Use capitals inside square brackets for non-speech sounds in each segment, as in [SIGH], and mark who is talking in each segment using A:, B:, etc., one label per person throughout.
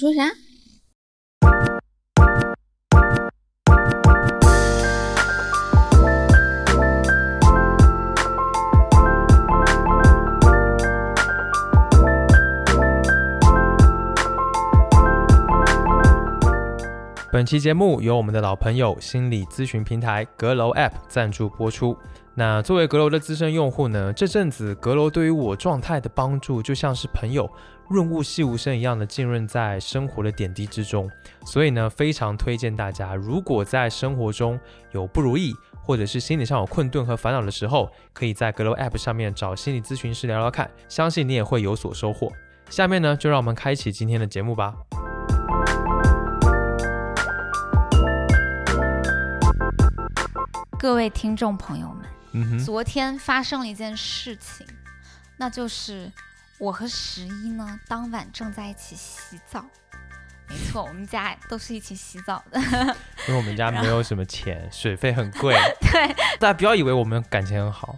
A: 你说啥？
B: 本期节目由我们的老朋友心理咨询平台阁楼 App 赞助播出。那作为阁楼的资深用户呢，这阵子阁楼对于我状态的帮助，就像是朋友润物细无声一样的浸润在生活的点滴之中。所以呢，非常推荐大家，如果在生活中有不如意，或者是心理上有困顿和烦恼的时候，可以在阁楼 App 上面找心理咨询师聊聊看，相信你也会有所收获。下面呢，就让我们开启今天的节目吧。
C: 各位听众朋友们，
B: 嗯哼，
C: 昨天发生了一件事情，那就是我和十一呢当晚正在一起洗澡。没错，我们家都是一起洗澡的。 [LAUGHS]
B: 因为我们家没有什么钱，水费很贵。
C: 对，
B: 大家不要以为我们感情很好。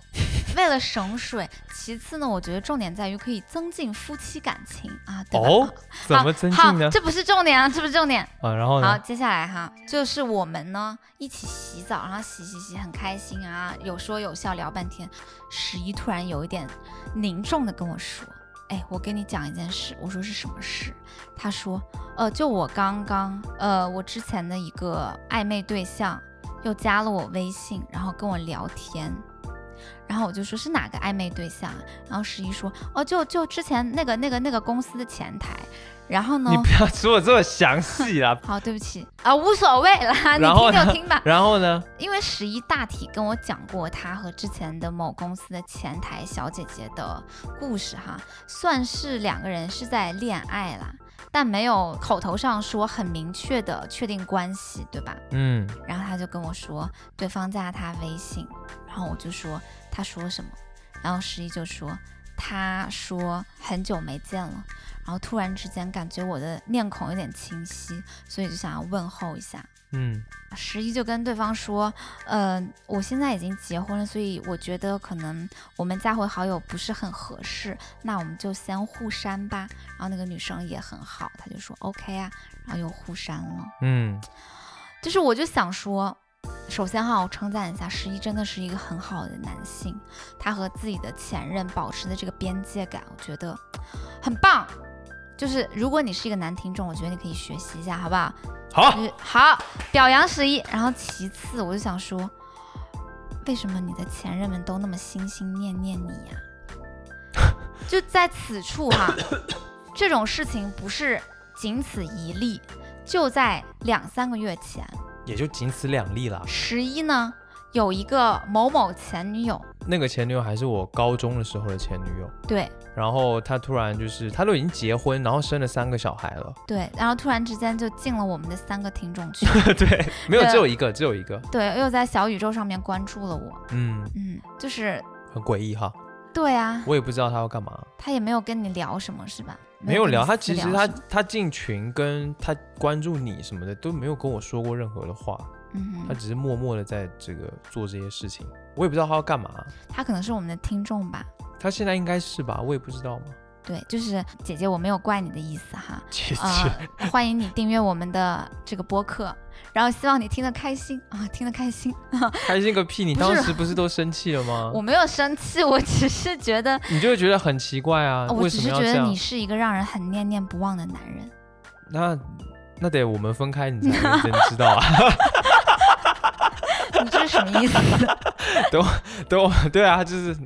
C: 为了省水，其次呢，我觉得重点在于可以增进夫妻感情啊， [LAUGHS] 对吧？
B: 哦，怎么增进呢
C: 好，？这不是重点啊，这不是重点。
B: 啊，然后
C: 好，
B: 呢？
C: 接下来哈，就是我们呢一起洗澡，然后洗洗洗，很开心啊，有说有笑聊半天。十一突然有一点凝重的跟我说：“哎，我跟你讲一件事。”我说是什么事？他说：“呃，就我刚刚，呃，我之前的一个暧昧对象又加了我微信，然后跟我聊天。”然后我就说是哪个暧昧对象啊，然后十一说哦，就就之前那个那个那个公司的前台，然后呢，。
B: 你不要说的这么详细啦
C: 好，对不起啊，无所谓啦，你
B: 然后
C: 听
B: 呢
C: 就听吧。
B: 然后呢？
C: 因为十一大体跟我讲过他和之前的某公司的前台小姐姐的故事哈，算是两个人是在恋爱啦，但没有口头上说很明确的确定关系，对吧？
B: 嗯，
C: 然后他就跟我说对方加他微信，然后我就说他说什么，然后十一就说他说很久没见了，然后突然之间感觉我的面孔有点清晰，所以就想要问候一下。
B: 嗯，
C: 十一就跟对方说，呃，我现在已经结婚了，所以我觉得可能我们加回好友不是很合适，那我们就先互删吧。然后那个女生也很好，她就说 OK 啊，然后又互删了。
B: 嗯，
C: 就是我就想说，首先哈，我称赞一下十一，真的是一个很好的男性，他和自己的前任保持的这个边界感，我觉得很棒。就是如果你是一个男听众，我觉得你可以学习一下，好不好？
B: 好
C: 就，是好，表扬十一。然后其次，我就想说，为什么你的前任们都那么心心念念你呀、 [LAUGHS] 就在此处哈，这种事情不是仅此一例，就在两三个月前，
B: 也就仅此两例啦。
C: 十一呢有一个某某前女友，
B: 那个前女友还是我高中的时候的前女友，
C: 对
B: 然后她突然就是，她都已经结婚，然后生了三个小孩了。 [LAUGHS]
C: 对，然后突然之间就进了我们的三个听众群，
B: 对，没有，
C: 对
B: 只有一个，只有一个。
C: 对，又在小宇宙上面关注了我，
B: 嗯，
C: 嗯，就是
B: 很诡异哈，
C: 对啊，
B: 我也不知道她要干嘛。
C: 他也没有跟你聊什么是吧？
B: 没有
C: 跟你
B: 聊，她
C: 私
B: 其实
C: 聊
B: 她
C: 什么
B: 她进群跟她关注你什么的都没有跟我说过任何的话。
C: 嗯
B: 他
C: 哼，
B: 只是默默的在这个做这些事情，我也不知道他要干嘛。
C: 他可能是我们的听众吧。
B: 他现在应该是吧，我也不知道嘛。 [LAUGHS]
C: 对，就是姐姐，我没有怪你的意思哈。
B: 姐
C: 啊、欢迎你订阅我们的这个播客，然后希望你听得开心啊，听得开心。
B: 开心个屁！你
C: 不
B: 当
C: 是
B: 时不是都生气了吗
C: 我？没有生气，我只是觉得，
B: 你就会觉得很奇怪啊，
C: 哦我
B: 为
C: 只
B: 什
C: 是
B: 么要
C: 觉
B: 这
C: 得
B: 样
C: 你？是一个让人很念念不忘的男
B: [LAUGHS]
C: 人。
B: 那那得我们分开，你才能真知道啊。 [LAUGHS]
C: 你这是什么意思？
B: 对，我对啊，就是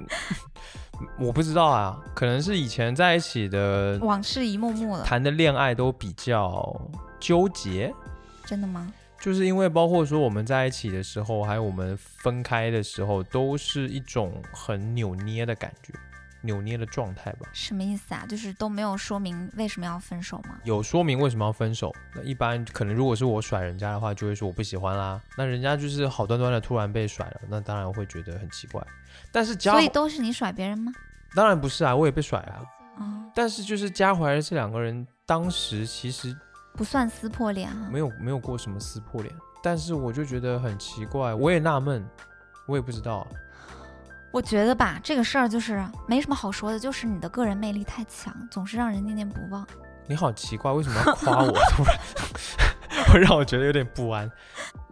B: 我不知道啊，可能是以前在一起的
C: 往事一幕幕了，
B: 谈的恋爱都比较纠结，
C: 真的吗？
B: 就是因为包括说我们在一起的时候，还有我们分开的时候，都是一种很扭捏的感觉，扭捏的状态吧。
C: 什么意思啊？就是都没有说明为什么要分手吗？
B: 有说明为什么要分手？那一般可能如果是我甩人家的话，就会说我不喜欢啦。那人家就是好端端的突然被甩了，那当然会觉得很奇怪。但是加
C: 所以都是你甩别人吗？
B: 当然不是啊，我也被甩啊。
C: 啊、
B: 但是就是加回来的这两个人，当时其实
C: 不算撕破脸啊。
B: 没有没有过什么撕破脸，但是我就觉得很奇怪，我也纳闷，我也不知道啊。
C: 我觉得吧，这个事儿就是没什么好说的，就是你的个人魅力太强，总是让人念念不忘。
B: 你好奇怪，为什么要夸我？ [LAUGHS] 突然会让我觉得有点不安。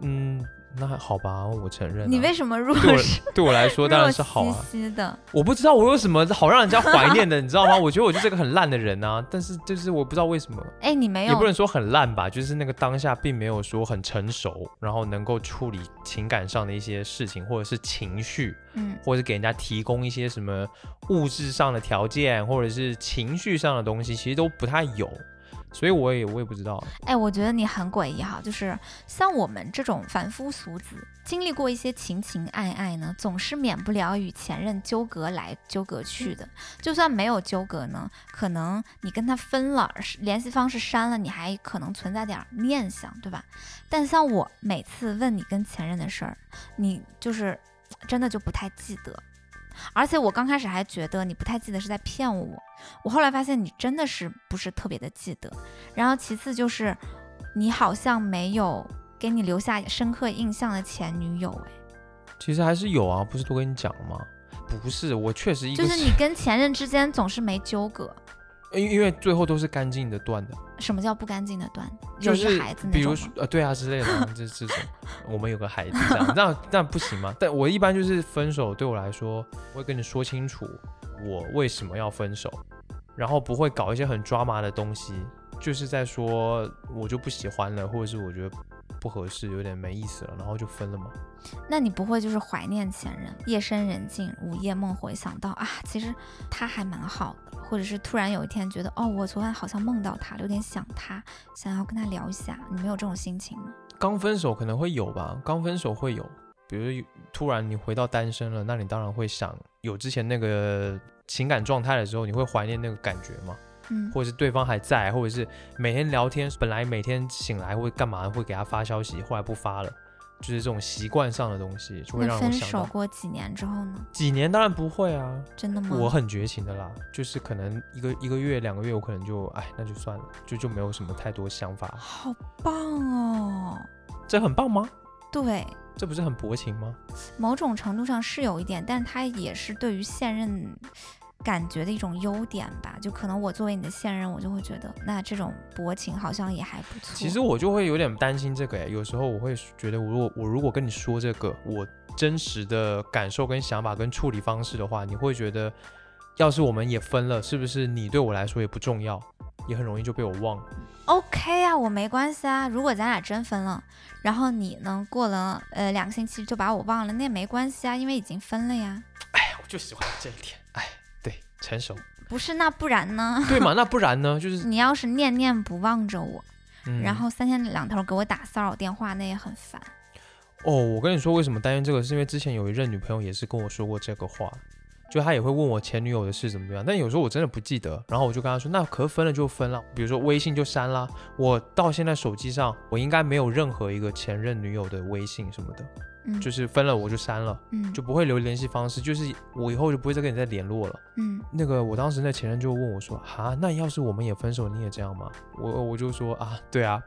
B: 嗯，那好吧，我承认啊、
C: 你为什么弱
B: 对我
C: 势？
B: 对我来说当然是好
C: 弱
B: 啊
C: 兮。兮的，
B: 我不知道我有什么好让人家怀念的，你知道
C: [LAUGHS]
B: 吗？我觉得我就是个很烂的人啊，但是就是我不知道为什么，
C: 哎，你没
B: 也
C: 有
B: 不能说很烂吧，就是那个当下并没有说很成熟，然后能够处理情感上的一些事情，或者是情绪，
C: 嗯，
B: 或者是给人家提供一些什么物质上的条件，或者是情绪上的东西，其实都不太有，所以我也我也不知道，
C: 哎，我觉得你很诡异哈，就是像我们这种凡夫俗子，经历过一些情情爱爱呢，总是免不了与前任纠葛来纠葛去的。就算没有纠葛呢，可能你跟他分了，是联系方式删了，你还可能存在点儿念想，对吧？但像我每次问你跟前任的事儿，你就是真的就不太记得。而且我刚开始还觉得你不太记得是在骗我，我后来发现你真的是不是特别的记得。然后其次就是你好像没有给你留下深刻印象的前女友，哎，
B: 其实还是有啊，不是都跟你讲了吗？不是，我确实一个
C: 就是你跟前任之间总是没纠葛。
B: 因因为最后都是干净的断的，
C: 什么叫不干净的断？
B: 就
C: 有一
B: 是
C: 孩子
B: 比
C: 那种
B: 如
C: 吗
B: 说呃对啊之类的
C: [LAUGHS]
B: 啊，这这种我们有个孩子这样，那那不行吗？但我一般就是分手对我来说，我会跟你说清楚我为什么要分手，然后不会搞一些很抓马的东西，就是在说我就不喜欢了，或者是我觉得不合适，有点没意思了，然后就分了嘛。
C: 那你不会就是怀念前任？夜深人静，午夜梦回，想到啊，其实他还蛮好的，或者是突然有一天觉得，哦，我昨晚好像梦到他了，有点想他，想要跟他聊一下。你没有这种心情吗？
B: 刚分手可能会有吧，刚分手会有，比如有突然你回到单身了，那你当然会想有之前那个情感状态的时候，你会怀念那个感觉吗？
C: 嗯，
B: 或者是对方还在，或者是每天聊天，本来每天醒来会干嘛，会给他发消息，后来不发了，就是这种习惯上的东西，就会
C: 那
B: 让
C: 分
B: 我想
C: 手
B: 到
C: 过几年之后呢？
B: 几年当然不会啊，
C: 真的吗？
B: 我很绝情的啦，就是可能一个一个月两个月，我可能就哎那就算了，就就没有什么太多想法，
C: 好棒哦！
B: 这很棒吗？
C: 对，
B: 这不是很薄情吗？
C: 某种程度上是有一点，但是它也是对于现任感觉的一种优点吧。就可能我作为你的现任，我就会觉得那这种薄情好像也还不错。
B: 其实我就会有点担心这个诶，有时候我会觉得，我如果我如果跟你说这个，我真实的感受跟想法跟处理方式的话，你会觉得，要是我们也分了，是不是你对我来说也不重要，也很容易就被我忘了？
C: OK 啊，我没关系啊。如果咱俩真分了，然后你呢过了呃两个星期就把我忘了，那也没关系啊，因为已经分了呀。
B: 哎我就喜欢这一点，哎，对，成熟，
C: 不是，那不然呢？ [LAUGHS]
B: 对嘛？那不然呢？就是，
C: 你要是念念不忘着我，
B: 嗯、
C: 然后三天两头给我打骚扰电话，那也很烦。
B: 哦，我跟你说，为什么担心这个，是因为之前有一任女朋友也是跟我说过这个话，就她也会问我前女友的事怎么样，但有时候我真的不记得，然后我就跟她说，那可分了就分了，比如说微信就删啦，我到现在手机上我应该没有任何一个前任女友的微信什么的，
C: 嗯，
B: 就是分了我就删了，
C: 嗯
B: 就不会留联系方式，就是我以后就不会再跟你再联络了。
C: 嗯，
B: 那个我当时那前任就问我说：“哈，那要是我们也分手，你也这样吗？”我我就说啊，对啊，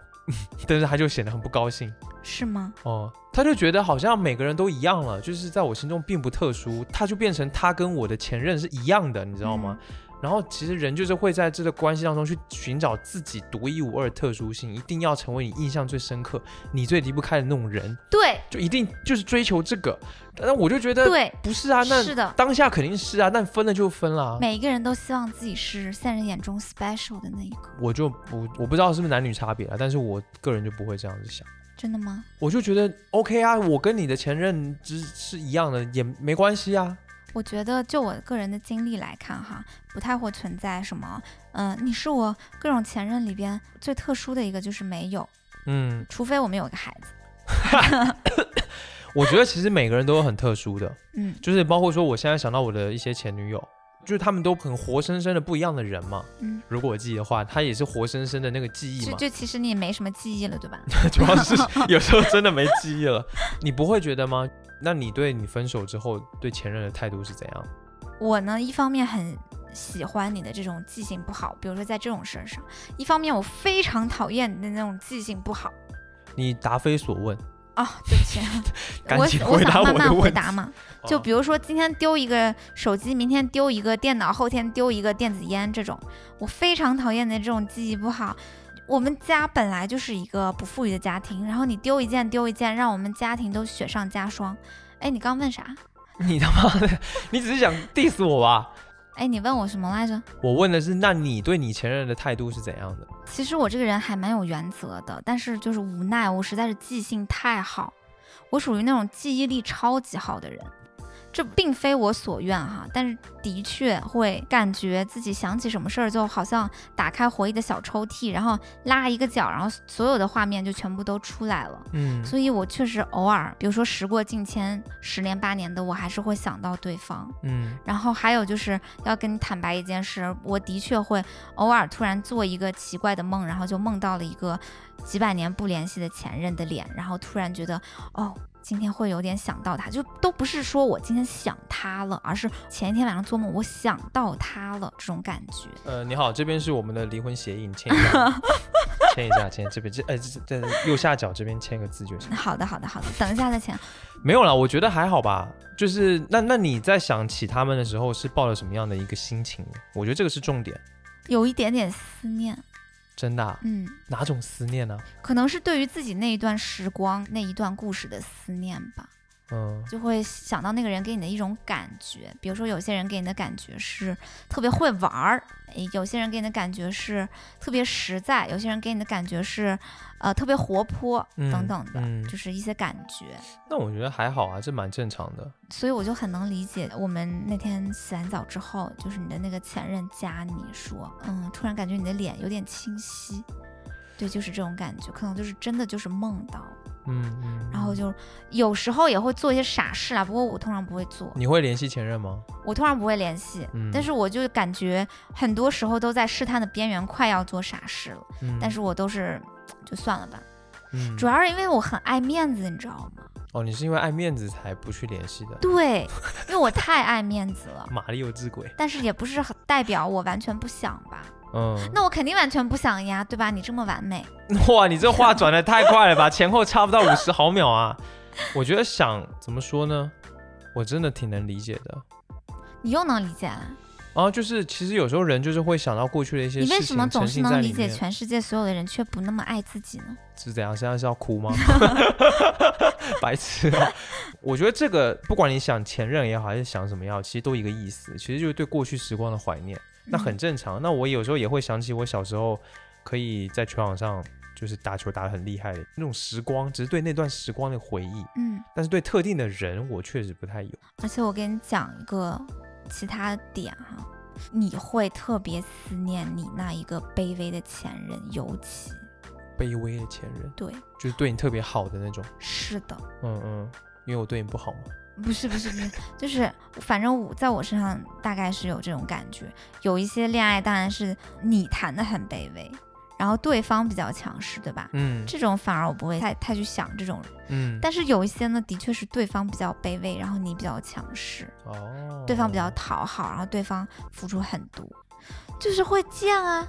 B: [LAUGHS] 但是他就显得很不高兴。
C: 是吗？
B: 哦、他就觉得好像每个人都一样了，就是在我心中并不特殊，他就变成他跟我的前任是一样的，你知道吗？
C: 嗯
B: 然后其实人就是会在这个关系当中去寻找自己独一无二的特殊性，一定要成为你印象最深刻、你最离不开的那种人，
C: 对
B: 就一定就是追求这个。那我就觉得
C: 对，
B: 不是啊，那
C: 是的，
B: 当下肯定是啊，但分了就分了啊。
C: 每一个人都希望自己是现人眼中 special 的那一个，
B: 我就不我不知道是不是男女差别啊，但是我个人就不会这样子想。
C: 真的吗？
B: 我就觉得 OK 啊，我跟你的前任之是一样的，也没关系啊。
C: 我觉得就我个人的经历来看哈，不太会存在什么，嗯、你是我各种前任里边最特殊的一个，就是没有，
B: 嗯，
C: 除非我们有一个孩子，
B: [LAUGHS] 我觉得其实每个人都有很特殊的， [LAUGHS]
C: 嗯，
B: 就是包括说我现在想到我的一些前女友，就是他们都很活生生的不一样的人嘛。
C: 嗯，
B: 如果我记得话，他也是活生生的那个记忆
C: 就
B: 嘛。
C: 就其实你也没什么记忆了，对吧？
B: [LAUGHS] 主要是有时候真的没记忆了，你不会觉得吗？那你对你分手之后对前任的态度是怎样？
C: 我呢，一方面很喜欢你的这种记性不好，比如说在这种事儿上；一方面我非常讨厌你的那种记性不好。
B: 你答非所问，
C: 啊， [LAUGHS] 对不起，
B: [LAUGHS] 赶紧
C: 我我
B: 回答
C: 想慢
B: 我的
C: 慢回
B: 问
C: 答嘛。就
B: 哦
C: 比如说今天丢一个手机，明天丢一个电脑，后天丢一个电子烟这种，我非常讨厌的这种记忆不好。我们家本来就是一个不富裕的家庭，然后你丢一件丢一件，让我们家庭都雪上加霜。哎，你刚问啥？
B: 你他妈的， [LAUGHS] 你只是想 diss 我吧？
C: 哎，你问我什么来着？
B: 我问的是，那你对你前任的态度是怎样的？
C: 其实我这个人还蛮有原则的，但是就是无奈，我实在是记性太好，我属于那种记忆力超级好的人。这并非我所愿哈，但是的确会感觉自己想起什么事儿，就好像打开回忆的小抽屉，然后拉一个角，然后所有的画面就全部都出来了。
B: 嗯
C: 所以我确实偶尔，比如说时过境迁，十年八年的，我还是会想到对方。
B: 嗯
C: 然后还有就是要跟你坦白一件事，我的确会偶尔突然做一个奇怪的梦，然后就梦到了一个几百年不联系的前任的脸，然后突然觉得哦。今天会有点想到他，就都不是说我今天想他了，而是前一天晚上做梦我想到他了这种感觉。
B: 呃，你好，这边是我们的离婚协议，你签一
C: [LAUGHS]
B: 下，签一下，签这边这哎这这这右下角这边签个字就行。
C: 好的，好的，好的，等一下再讲。
B: 没有啦，我觉得还好吧。就是那那你在想起他们的时候是抱着什么样的一个心情？我觉得这个是重点，
C: 有一点点思念，
B: 真的啊、
C: 嗯，
B: 哪种思念呢、
C: 可能是对于自己那一段时光、那一段故事的思念吧。
B: 嗯
C: 就会想到那个人给你的一种感觉。比如说，有些人给你的感觉是特别会玩儿，诶有些人给你的感觉是特别实在，有些人给你的感觉是呃特别活泼
B: 嗯
C: 等等的，
B: 嗯
C: 就是一些感觉。
B: 那我觉得还好啊，这蛮正常的。
C: 所以我就很能理解，我们那天洗完澡之后，就是你的那个前任加你说，嗯，突然感觉你的脸有点清晰。对，就是这种感觉，可能就是真的就是梦到，
B: 嗯嗯。
C: 然后就有时候也会做一些傻事啊，不过我通常不会做。
B: 你会联系前任吗？
C: 我通常不会联系，
B: 嗯
C: 但是我就感觉很多时候都在试探的边缘，快要做傻事了，
B: 嗯，
C: 但是我都是就算了吧。
B: 嗯
C: 主要是因为我很爱面子，你知道吗？
B: 哦，你是因为爱面子才不去联系的。 [LAUGHS]
C: 对，因为我太爱面子了。
B: 马里有之鬼，
C: 但是也不是很代表我完全不想吧？
B: [LAUGHS] 嗯，
C: 那我肯定完全不想呀，对吧？你这么完美，
B: [LAUGHS] 哇，你这话转的太快了吧，前后差不到五十毫秒啊！我觉得想怎么说呢，我真的挺能理解的。
C: 你又能理解了。
B: 然后就是，其实有时候人就是会想到过去的一些事
C: 你
B: 情，
C: 为什么总
B: 沉
C: 是
B: 浸在
C: 能
B: 里
C: 理解
B: 面
C: 全世界所有的人，却不那么爱自己呢？
B: 是怎样？现在是要哭
C: [LAUGHS]
B: 吗？ [LAUGHS] 白痴啊！我觉得这个不管你想前任也好，还是想什么也好，其实都一个意思，其实就是对过去时光的怀念，那很
C: 嗯
B: 正常。那我有时候也会想起我小时候可以在球场上就是打球打得很厉害的那种时光，只是对那段时光的回忆。
C: 嗯，
B: 但是对特定的人，我确实不太有。
C: 而且我跟你讲一个其他点哈、你会特别思念你那一个卑微的前任，尤其
B: 卑微的前任，
C: 对，
B: 就是对你特别好的那种。
C: 是的，
B: 嗯嗯，因为我对你不好嘛。
C: 不是不是不是，就是反正我在我身上大概是有这种感觉，有一些恋爱当然是你谈的很卑微，然后对方比较强势，对吧？
B: 嗯
C: 这种反而我不会太太去想这种，
B: 嗯，
C: 但是有一些呢，的确是对方比较卑微，然后你比较强势，
B: 哦，
C: 对方比较讨好，然后对方付出很多，就是会贱啊，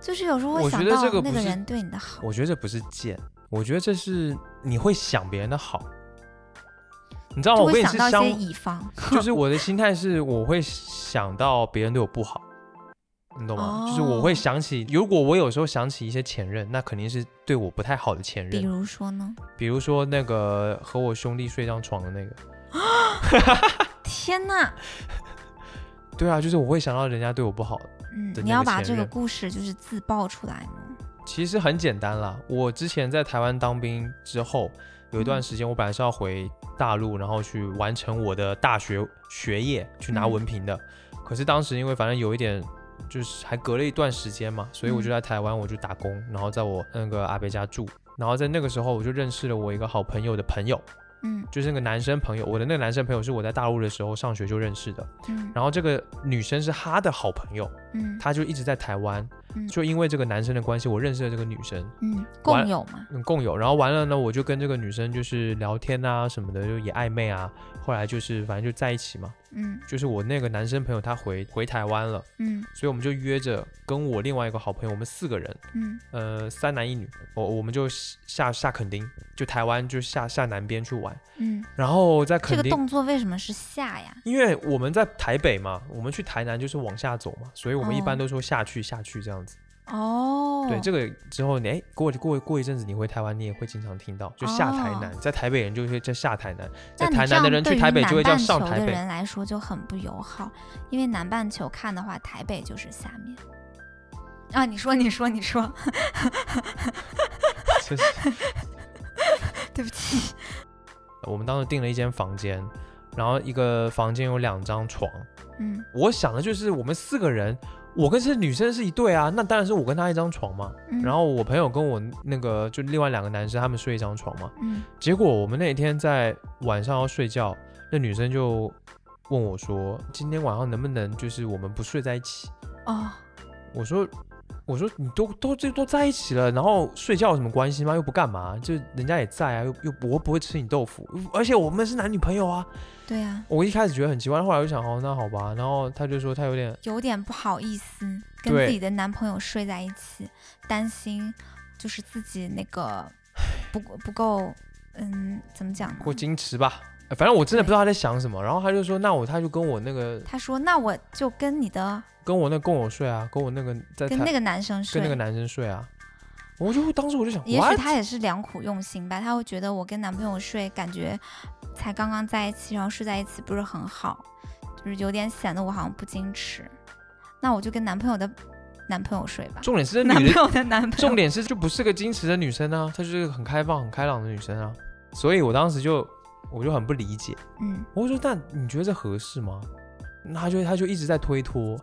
C: 就是有时候会
B: 我
C: 想
B: 觉得
C: 到
B: 这个
C: 那
B: 不
C: 个
B: 是
C: 人对你的好，
B: 我觉得这不是贱，我觉得这是你会想别人的好，你知道吗？哦
C: 就
B: 我跟
C: 会
B: 你
C: 想
B: 是
C: 到一
B: 相
C: 些，乙方，
B: 就是我的心态是我会想到别人对我不好，你懂吗？就是我会
C: 哦
B: 想起，如果我有时候想起一些前任，那肯定是对我不太好的前
C: 比
B: 任，
C: 如说呢，
B: 比如说那个和我兄弟睡一张床的那个。
C: 天呐，
B: 对啊，就是我会想到人家对我不好，
C: 嗯
B: 的，
C: 你
B: 那
C: 要
B: 个
C: 把
B: 前
C: 这个
B: 任
C: 故事就是自爆出来吗？
B: 其实很简单啦。我之前在台湾当兵之后，有一段
C: 嗯
B: 时间我本来是要回大陆，然后去完成我的大学学业，去拿
C: 嗯
B: 文凭的。可是当时因为反正有一点。就是还隔了一段时间嘛，所以我就
C: 嗯
B: 在台湾，我就打工，然后在我那个阿伯家住，然后在那个时候我就认识了我一个好朋友的朋友，
C: 嗯
B: 就是那个男生朋友，我的那个男生朋友是我在大陆的时候上学就认识的，
C: 嗯
B: 然后这个女生是他的好朋友，
C: 嗯
B: 他就一直在台湾，
C: 嗯
B: 就因为这个男生的关系，我认识了这个女生，
C: 嗯，
B: 完
C: 共有嘛，
B: 嗯，共有。然后完了呢，我就跟这个女生就是聊天啊什么的，就也暧昧啊。后来就是反正就在一起嘛。
C: 嗯
B: 就是我那个男生朋友他回回台湾了，
C: 嗯
B: 所以我们就约着跟我另外一个好朋友，我们四个人，
C: 嗯
B: 呃，三男一女，我我们就下下垦丁，就台湾就下下南边去玩。
C: 嗯，
B: 然后在垦
C: 这
B: 丁，
C: 个动作为什么是下呀？
B: 因为我们在台北嘛，我们去台南就是往下走嘛，所以我们一般
C: 哦
B: 都说下去、下去这样子。
C: 哦，
B: 对，这个之后你哎，过过过一阵子你回台湾，你也会经常听到，就下台南，在台北人就会叫下台南，在
C: 哦但你
B: 台
C: 这
B: 南
C: 样
B: 的人
C: 对
B: 去
C: 于
B: 台北就会叫
C: 南半
B: 上
C: 球
B: 台
C: 的
B: 北。
C: 人来说就很不友好，因为南半球看的话，台北就是下面。啊，你说，你说，你说，
B: 就是
C: 对不起，
B: 我们当时订了一间房间，然后一个房间有两张床，
C: 嗯
B: 我想的就是我们四个人，我跟这女生是一对啊，那当然是我跟她一张床嘛。
C: 嗯，
B: 然后我朋友跟我那个就另外两个男生他们睡一张床嘛。
C: 嗯
B: 结果我们那天在晚上要睡觉，那女生就问我说：“今天晚上能不能就是我们不睡在一起
C: 哦，？”
B: 我说。我说你都都这都在一起了，然后睡觉有什么关系吗？又不干嘛，就人家也在啊，又又我又不会吃你豆腐，而且我们是男女朋友啊。
C: 对啊，
B: 我一开始觉得很奇怪，后来我就想，哦，那好吧。然后他就说他有点
C: 有点不好意思跟
B: 对
C: 自己的男朋友睡在一起，担心就是自己那个不不够，嗯，怎么讲呢？
B: 过矜持吧，呃反正我真的不知道他在想什么。然后他就说，那我他就跟我那个
C: 他说：“那我就跟你的
B: 跟我那跟我睡啊，跟我那个在
C: 跟
B: 台
C: 那个男生睡，
B: 跟那个男生睡啊。我就当时我就想，
C: 也许
B: what？
C: 他也是良苦用心吧，他会觉得我跟男朋友睡，感觉才刚刚在一起，然后睡在一起不是很好，就是有点显得我好像不矜持。那我就跟男朋友的男朋友睡吧，
B: 重点是那
C: 男
B: 女
C: 朋
B: 的，
C: 友的男朋友。
B: [LAUGHS] 重点是就不是个矜持的女生啊，她就是个很开放、很开朗的女生啊。所以我当时就我就很不理解，
C: 嗯，
B: 我就说，但你觉得这合适吗？那他就他就一直在推脱。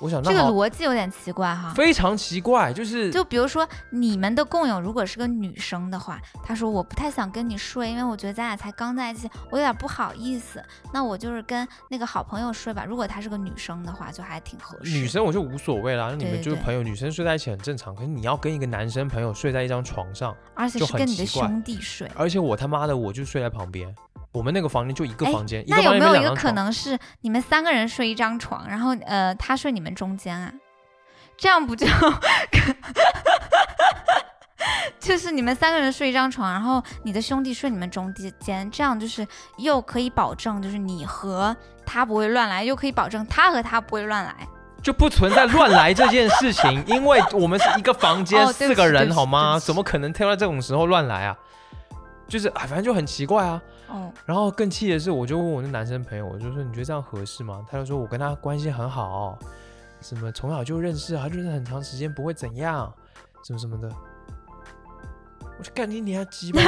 B: 我想，
C: 这
B: 那
C: 个
B: 好，
C: 逻辑有点奇怪哈。
B: 非常奇怪，就是
C: 就比如说你们的共有如果是个女生的话，她说我不太想跟你睡，因为我觉得咱俩才刚在一起，我有点不好意思。那我就是跟那个好朋友睡吧。如果她是个女生的话，就还挺合适。
B: 女生我就无所谓啦，那你们
C: 对对
B: 就是
C: 对
B: 朋友，女生睡在一起很正常。可是你要跟一个男生朋友睡在一张床上，
C: 而且
B: 就是很
C: 跟你的
B: 奇怪
C: 兄弟睡。
B: 而且我他妈的我就睡在旁边，我们那个房间就一个
C: 哎
B: 房间，一个
C: 那有
B: 房间
C: 没有
B: 里
C: 一
B: 面两张
C: 个可
B: 床。
C: 能是你们三个人睡一张床，然后呃他睡你们中间啊？这样不就 [LAUGHS] 就是你们三个人睡一张床，然后你的兄弟睡你们中间，这样就是又可以保证就是你和他不会乱来，又可以保证他和他不会乱来。
B: 就不存在乱来这件事
C: [LAUGHS]
B: 情，因为我们是一个房间
C: 哦对
B: 四
C: 不起
B: 个人，
C: 对不起
B: 好吗？
C: 对不起
B: 怎么可能挑在这种时候乱来啊？就是啊，反正就很奇怪啊。
C: 哦，
B: 然后更气的是，我就问我那男生朋友，我就说你觉得这样合适吗？他就说我跟他关系很好，什么从小就认识啊，认识很长时间，不会怎样，什么什么的。我就干你娘鸡
C: [LAUGHS]
B: 巴！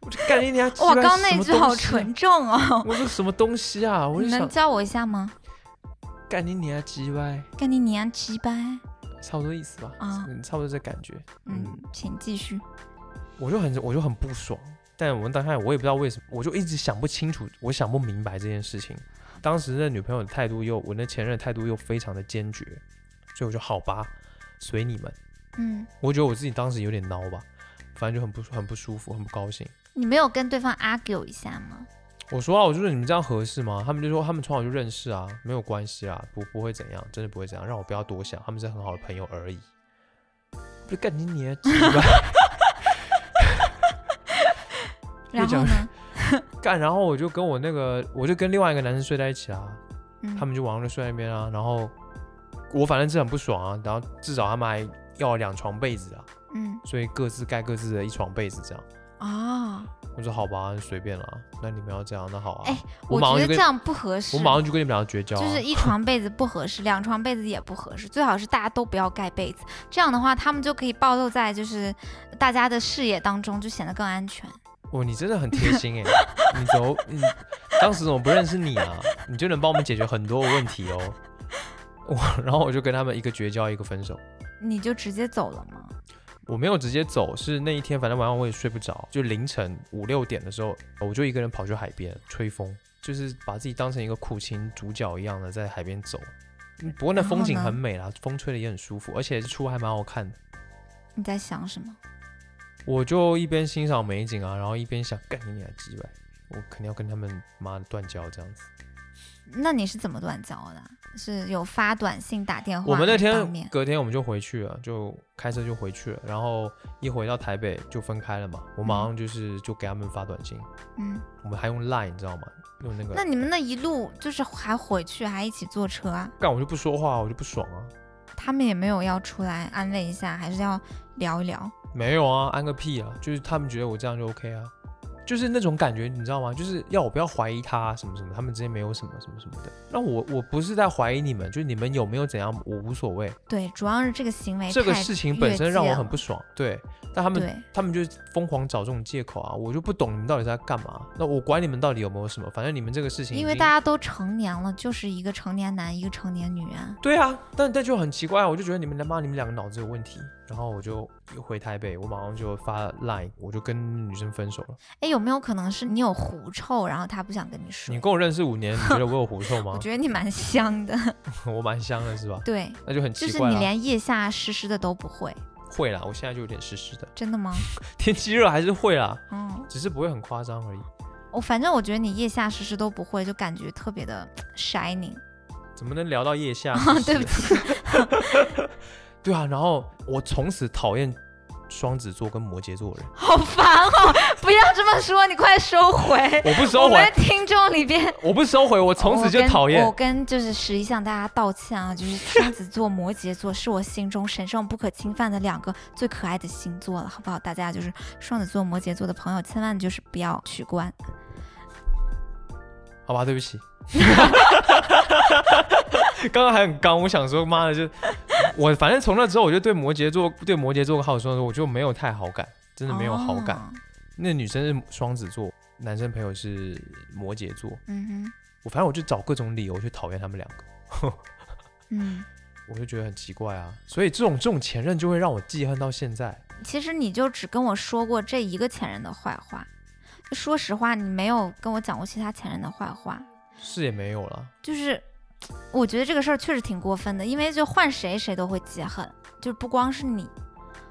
B: 我就干你娘鸡巴！
C: 哇，刚刚那
B: 什
C: 一
B: 么
C: 句
B: 东西
C: 好
B: 啊
C: 纯！正哦，
B: 我说什么东西啊？我
C: 你
B: 就想
C: 能教我一下吗？
B: 干你娘鸡巴！
C: 跟你娘鸡掰。
B: 差不多意思吧，
C: 啊
B: 嗯，差不多这感觉。嗯
C: 嗯，，请继续。
B: 我就很我就很不爽，但我当下我也不知道为什么，我就一直想不清楚，我想不明白这件事情。当时那女朋友的态度又，我那前任的态度又非常的坚决，所以我就好吧，随你们。
C: 嗯，
B: 我觉得我自己当时有点孬吧，反正就很不很不舒服，很不高兴。
C: 你没有跟对方 argue 一下吗？
B: 我说啊，我就说你们这样合适吗？他们就说他们从小就认识啊，没有关系啊，不不会怎样，真的不会怎样，让我不要多想，他们是很好的朋友而已。不是干你娘鸡巴！
C: 然
B: 越讲
C: 后呢？
B: 干，然后我就跟我那个，我就跟另外一个男生睡在一起啊，
C: 嗯
B: 他们就晚上就睡在那边啊，然后我反正是很不爽啊，然后至少他们还要了两床被子啊，
C: 嗯
B: 所以各自盖各自的一床被子这样。
C: 哦，
B: 我说好吧，随便啦，那你们要这样，那好啊，
C: 哎
B: 我
C: 我
B: 马上
C: 觉
B: 就
C: 得
B: 跟
C: 这样不合适。
B: 我马上就跟你们俩绝交、啊，
C: 就是一床被子不合适，两床被子也不合适，最好是大家都不要盖被子。这样的话，他们就可以暴露在就是大家的视野当中，就显得更安全。
B: 哦，你真的很贴心哎、你怎么你当时怎么不认识你啊？你就能帮我们解决很多问题哦。我然后我就跟他们一个绝交，一个分手。
C: 你就直接走了吗？
B: 我没有直接走，是那一天反正晚上我也睡不着，就凌晨五六点的时候，我就一个人跑去海边吹风，就是把自己当成一个苦情主角一样的在海边走。嗯不过那
C: 然后
B: 风景
C: 呢
B: 很美啦，风吹的也很舒服，而且日出还蛮好看的。
C: 你在想什么？
B: 我就一边欣赏美景啊，然后一边想干你俩鸡巴，我肯定要跟他们妈的断交这样子。
C: 那你是怎么断交的啊？是有发短信、打电话？
B: 我们那
C: 还是当
B: 天
C: 面
B: 隔天我们就回去了，就开车就回去了，然后一回到台北就分开了嘛。我马上就是就给他们发短信，
C: 嗯，
B: 我们还用 Line 你知道吗？用那个，
C: 那你们那一路就是还回去，还一起坐车啊？
B: 干我就不说话，我就不爽啊。
C: 他们也没有要出来安慰一下，还是要聊一聊？
B: 没有啊，安个屁啊！就是他们觉得我这样就 OK 啊，就是那种感觉，你知道吗？就是要我不要怀疑他啊什么什么，他们之间没有什么什么什么的。那我我不是在怀疑你们，就是你们有没有怎样，我无所谓。
C: 对，主要是这个行为
B: 这个
C: 太
B: 事情本身
C: 越界
B: 让我很
C: 了
B: 不爽，对。但他们
C: 对。
B: 他们就疯狂找这种借口啊，我就不懂你们到底在干嘛。那我管你们到底有没有什么，反正你们这个事情已
C: 因为
B: 经
C: 大家都成年了，就是一个成年男，一个成年女人。
B: 对啊，但但就很奇怪啊，我就觉得你们他妈你们两个脑子有问题。然后我就一回台北，我马上就发 line，我就跟女生分手了。
C: 哎，有没有可能是你有狐臭，然后他不想跟你说
B: 你？跟我认识五年，你觉得我有狐
C: [LAUGHS]
B: 臭
C: 我
B: 吗？
C: 觉得你蛮香的，
B: [LAUGHS]
C: [LAUGHS]
B: 我蛮香的是吧？
C: 对，
B: 那就很
C: 就
B: 奇
C: 是
B: 怪啊
C: 你
B: 了。
C: 连腋下湿湿的都不会，
B: 会啦，我现在就有点湿湿的，
C: 真的吗？
B: 天气热还是会啦，
C: 嗯，
B: 只是不会很夸张而已。
C: 我反正我觉得你腋下湿湿都不会，就感觉特别的 shining。？
B: 怎么能聊到腋下
C: [LAUGHS] 对不
B: 是
C: 起，
B: 对啊，然后我从此讨厌双子座跟摩羯座的
C: [LAUGHS]
B: 人。
C: 好烦哦！ [LAUGHS] 不要这么说，你快收回。
B: 我不
C: 我
B: 收回
C: 们，的听众里边
B: 我不收回，我从此就讨
C: 我
B: 厌。
C: 跟。我跟就是十一向大家道歉啊，
B: [LAUGHS]
C: 就是双子座、摩羯座是我心中神圣不可侵犯的两个最可爱的星座了，好不好？大家就是双子座、摩羯座的朋友，千万就是不要取关。
B: 好吧，对不起。刚刚还很刚，我想说，妈的就，我反正从那之后，我就对摩羯座、对摩羯座跟好双子座，我就没有太好感，真的没有好感。
C: 哦
B: 那女生是双子座，男生朋友是摩羯座，
C: 嗯
B: 我反正我就找各种理由去讨厌他们两个，
C: 哼，嗯，
B: 我就觉得很奇怪啊。所以这种这种前任就会让我记恨到现在。
C: 其实你就只跟我说过这一个前任的坏话，就说实话，你没有跟我讲过其他前任的坏话，
B: 是也没有啦，
C: 就是。我觉得这个事儿确实挺过分的，因为就换谁谁都会记恨，就不光是你，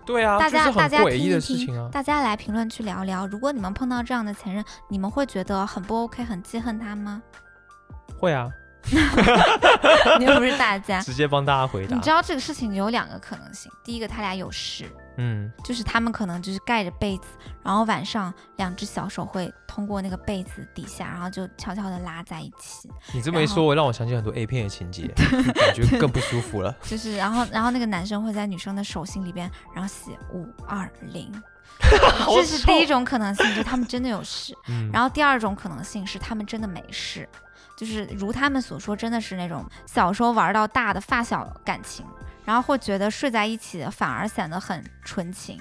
B: 对啊，
C: 大
B: 就是
C: 家
B: 很
C: 大家
B: 诡
C: 听
B: 异
C: 一
B: 的事情
C: 听，
B: 啊。
C: 大家来评论区聊聊，如果你们碰到这样的前任，你们会觉得很不 OK，很记恨他吗？ [LAUGHS]
B: 会啊，
C: 你又不是大
B: [LAUGHS]
C: 家，
B: 直接帮大家回答
C: 啊你。知道这个事情有两个可能性，第一个他俩有事，
B: 嗯，
C: 就是他们可能就是盖着被子，然后晚上两只小手会通过那个被子底下，然后就悄悄的拉在一起，
B: 你这么一
C: 然后
B: 说，我让我想起很多 A 片的情节，感觉更不舒服了。
C: 就是然后然后那个男生会在女生的手心里边，然后写五二零，
B: 好
C: 这是第一
B: 臭。
C: 种可能性，就他们真的有事。
B: 嗯，
C: 然后第二种可能性是他们真的没事，就是如他们所说，真的是那种小时候玩到大的发小感情，然后会觉得睡在一起反而显得很纯情。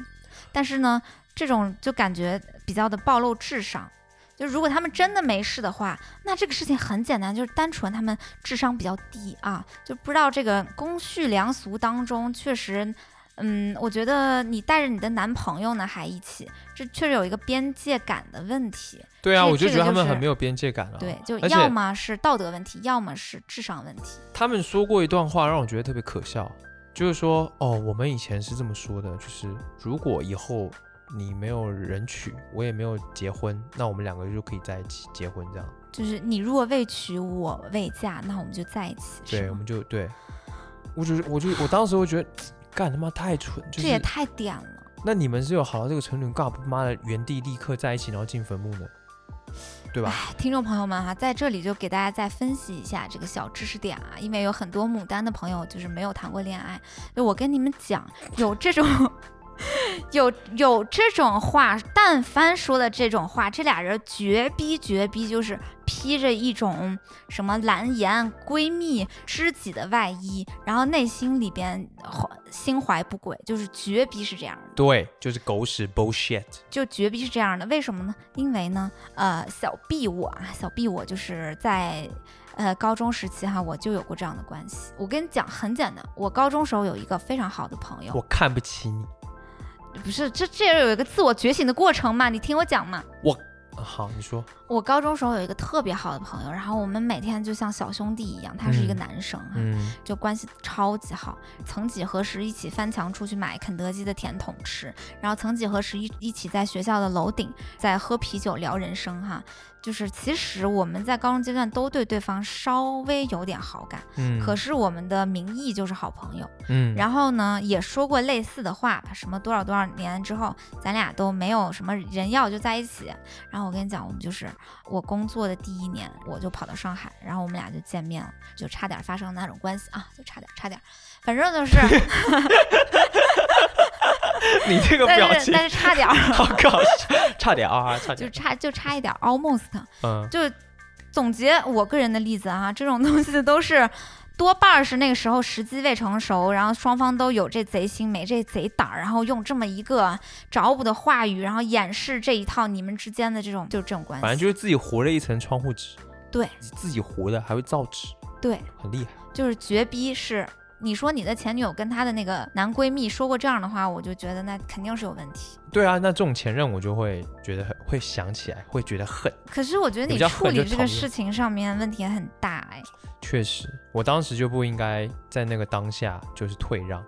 C: 但是呢，这种就感觉比较的暴露智商。就如果他们真的没事的话，那这个事情很简单，就是单纯他们智商比较低啊，就不知道这个公序良俗当中确实。嗯，我觉得你带着你的男朋友呢还一起，这确实有一个边界感的问题。
B: 对啊，
C: 这
B: 我就
C: 这
B: 觉得
C: 个
B: 他
C: 就
B: 们
C: 是
B: 很没有边界感啊。
C: 对，就
B: 而且
C: 要么是道德问题，要么是智商问题。
B: 他们说过一段话，让我觉得特别可笑，就是说，哦，我们以前是这么说的，就是如果以后你没有人娶，我也没有结婚，那我们两个就可以在一起结婚，这样，
C: 就是你若未娶，我未嫁，那我们就在一起。是
B: 对，我
C: 吗
B: 们就对，我就是，我就，我当时我觉得，干他妈太蠢，就
C: 这也
B: 是，
C: 太点了。
B: 那你们是有好到这个程度，干嘛不妈的原地立刻在一起，然后进坟墓呢？对吧？
C: 听众朋友们哈、在这里就给大家再分析一下这个小知识点啊，因为有很多牡丹的朋友就是没有谈过恋爱，就我跟你们讲，有这种。 [LAUGHS] 有有这种话，但凡说了这种话，这俩人绝逼绝逼就是披着一种什么蓝颜闺蜜知己的外衣，然后内心里边怀心怀不轨，就是绝逼是这样的。
B: 对，就是狗屎 bullshit。
C: 就绝逼是这样的。为什么呢？因为呢，呃，小 B 我啊，小 B 我就是在呃高中时期哈，我就有过这样的关系。我跟你讲，很简单，我高中时候有一个非常好的朋友
B: 我，看不起你，
C: 不是这这也有一个自我觉醒的过程嘛？你听我讲嘛，
B: 我啊好，你说，
C: 我高中时候有一个特别好的朋友，然后我们每天就像小兄弟一样，他是一个
B: 嗯
C: 男生啊，
B: 嗯
C: 就关系超级好。曾几何时，一起翻墙出去买肯德基的甜筒吃，然后曾几何时一一起在学校的楼顶在喝啤酒聊人生哈。就是其实我们在高中阶段都对对方稍微有点好感，
B: 嗯，
C: 可是我们的名义就是好朋友。
B: 嗯，
C: 然后呢，也说过类似的话吧，什么多少多少年之后，咱俩都没有什么人要就在一起。然后我跟你讲，我们就是我工作的第一年，我就跑到上海，然后我们俩就见面了，就差点发生那种关系啊，就差点差点，反
B: [LAUGHS]
C: 正就是，
B: 你这个表
C: 但是
B: 情
C: 但是
B: [LAUGHS]
C: 差点儿，
B: 好搞笑， [LAUGHS] 差点啊，差
C: 就
B: 点，
C: 差就差一点，almost
B: 嗯
C: 就总结我个人的例子啊，这种东西都是。多半儿是那个时候时机未成熟，然后双方都有这贼心没这贼胆儿，然后用这么一个找补的话语，然后掩饰这一套你们之间的这种就是这种关系。
B: 反正就是自己糊了一层窗户纸，
C: 对，
B: 自己糊的还会造纸，
C: 对，
B: 很厉害。
C: 就是绝逼是你说你的前女友跟她的那个男闺蜜说过这样的话，我就觉得那肯定是有问题。
B: 对啊，那这种前任我就会觉得很会想起来，会觉得恨。
C: 可是我觉得
B: 比
C: 你
B: 较
C: 处
B: 狠就
C: 理这
B: 讨
C: 个
B: 厌
C: 事情上面问题很大哎，
B: 确实，我当时就不应该在那个当下就是退让，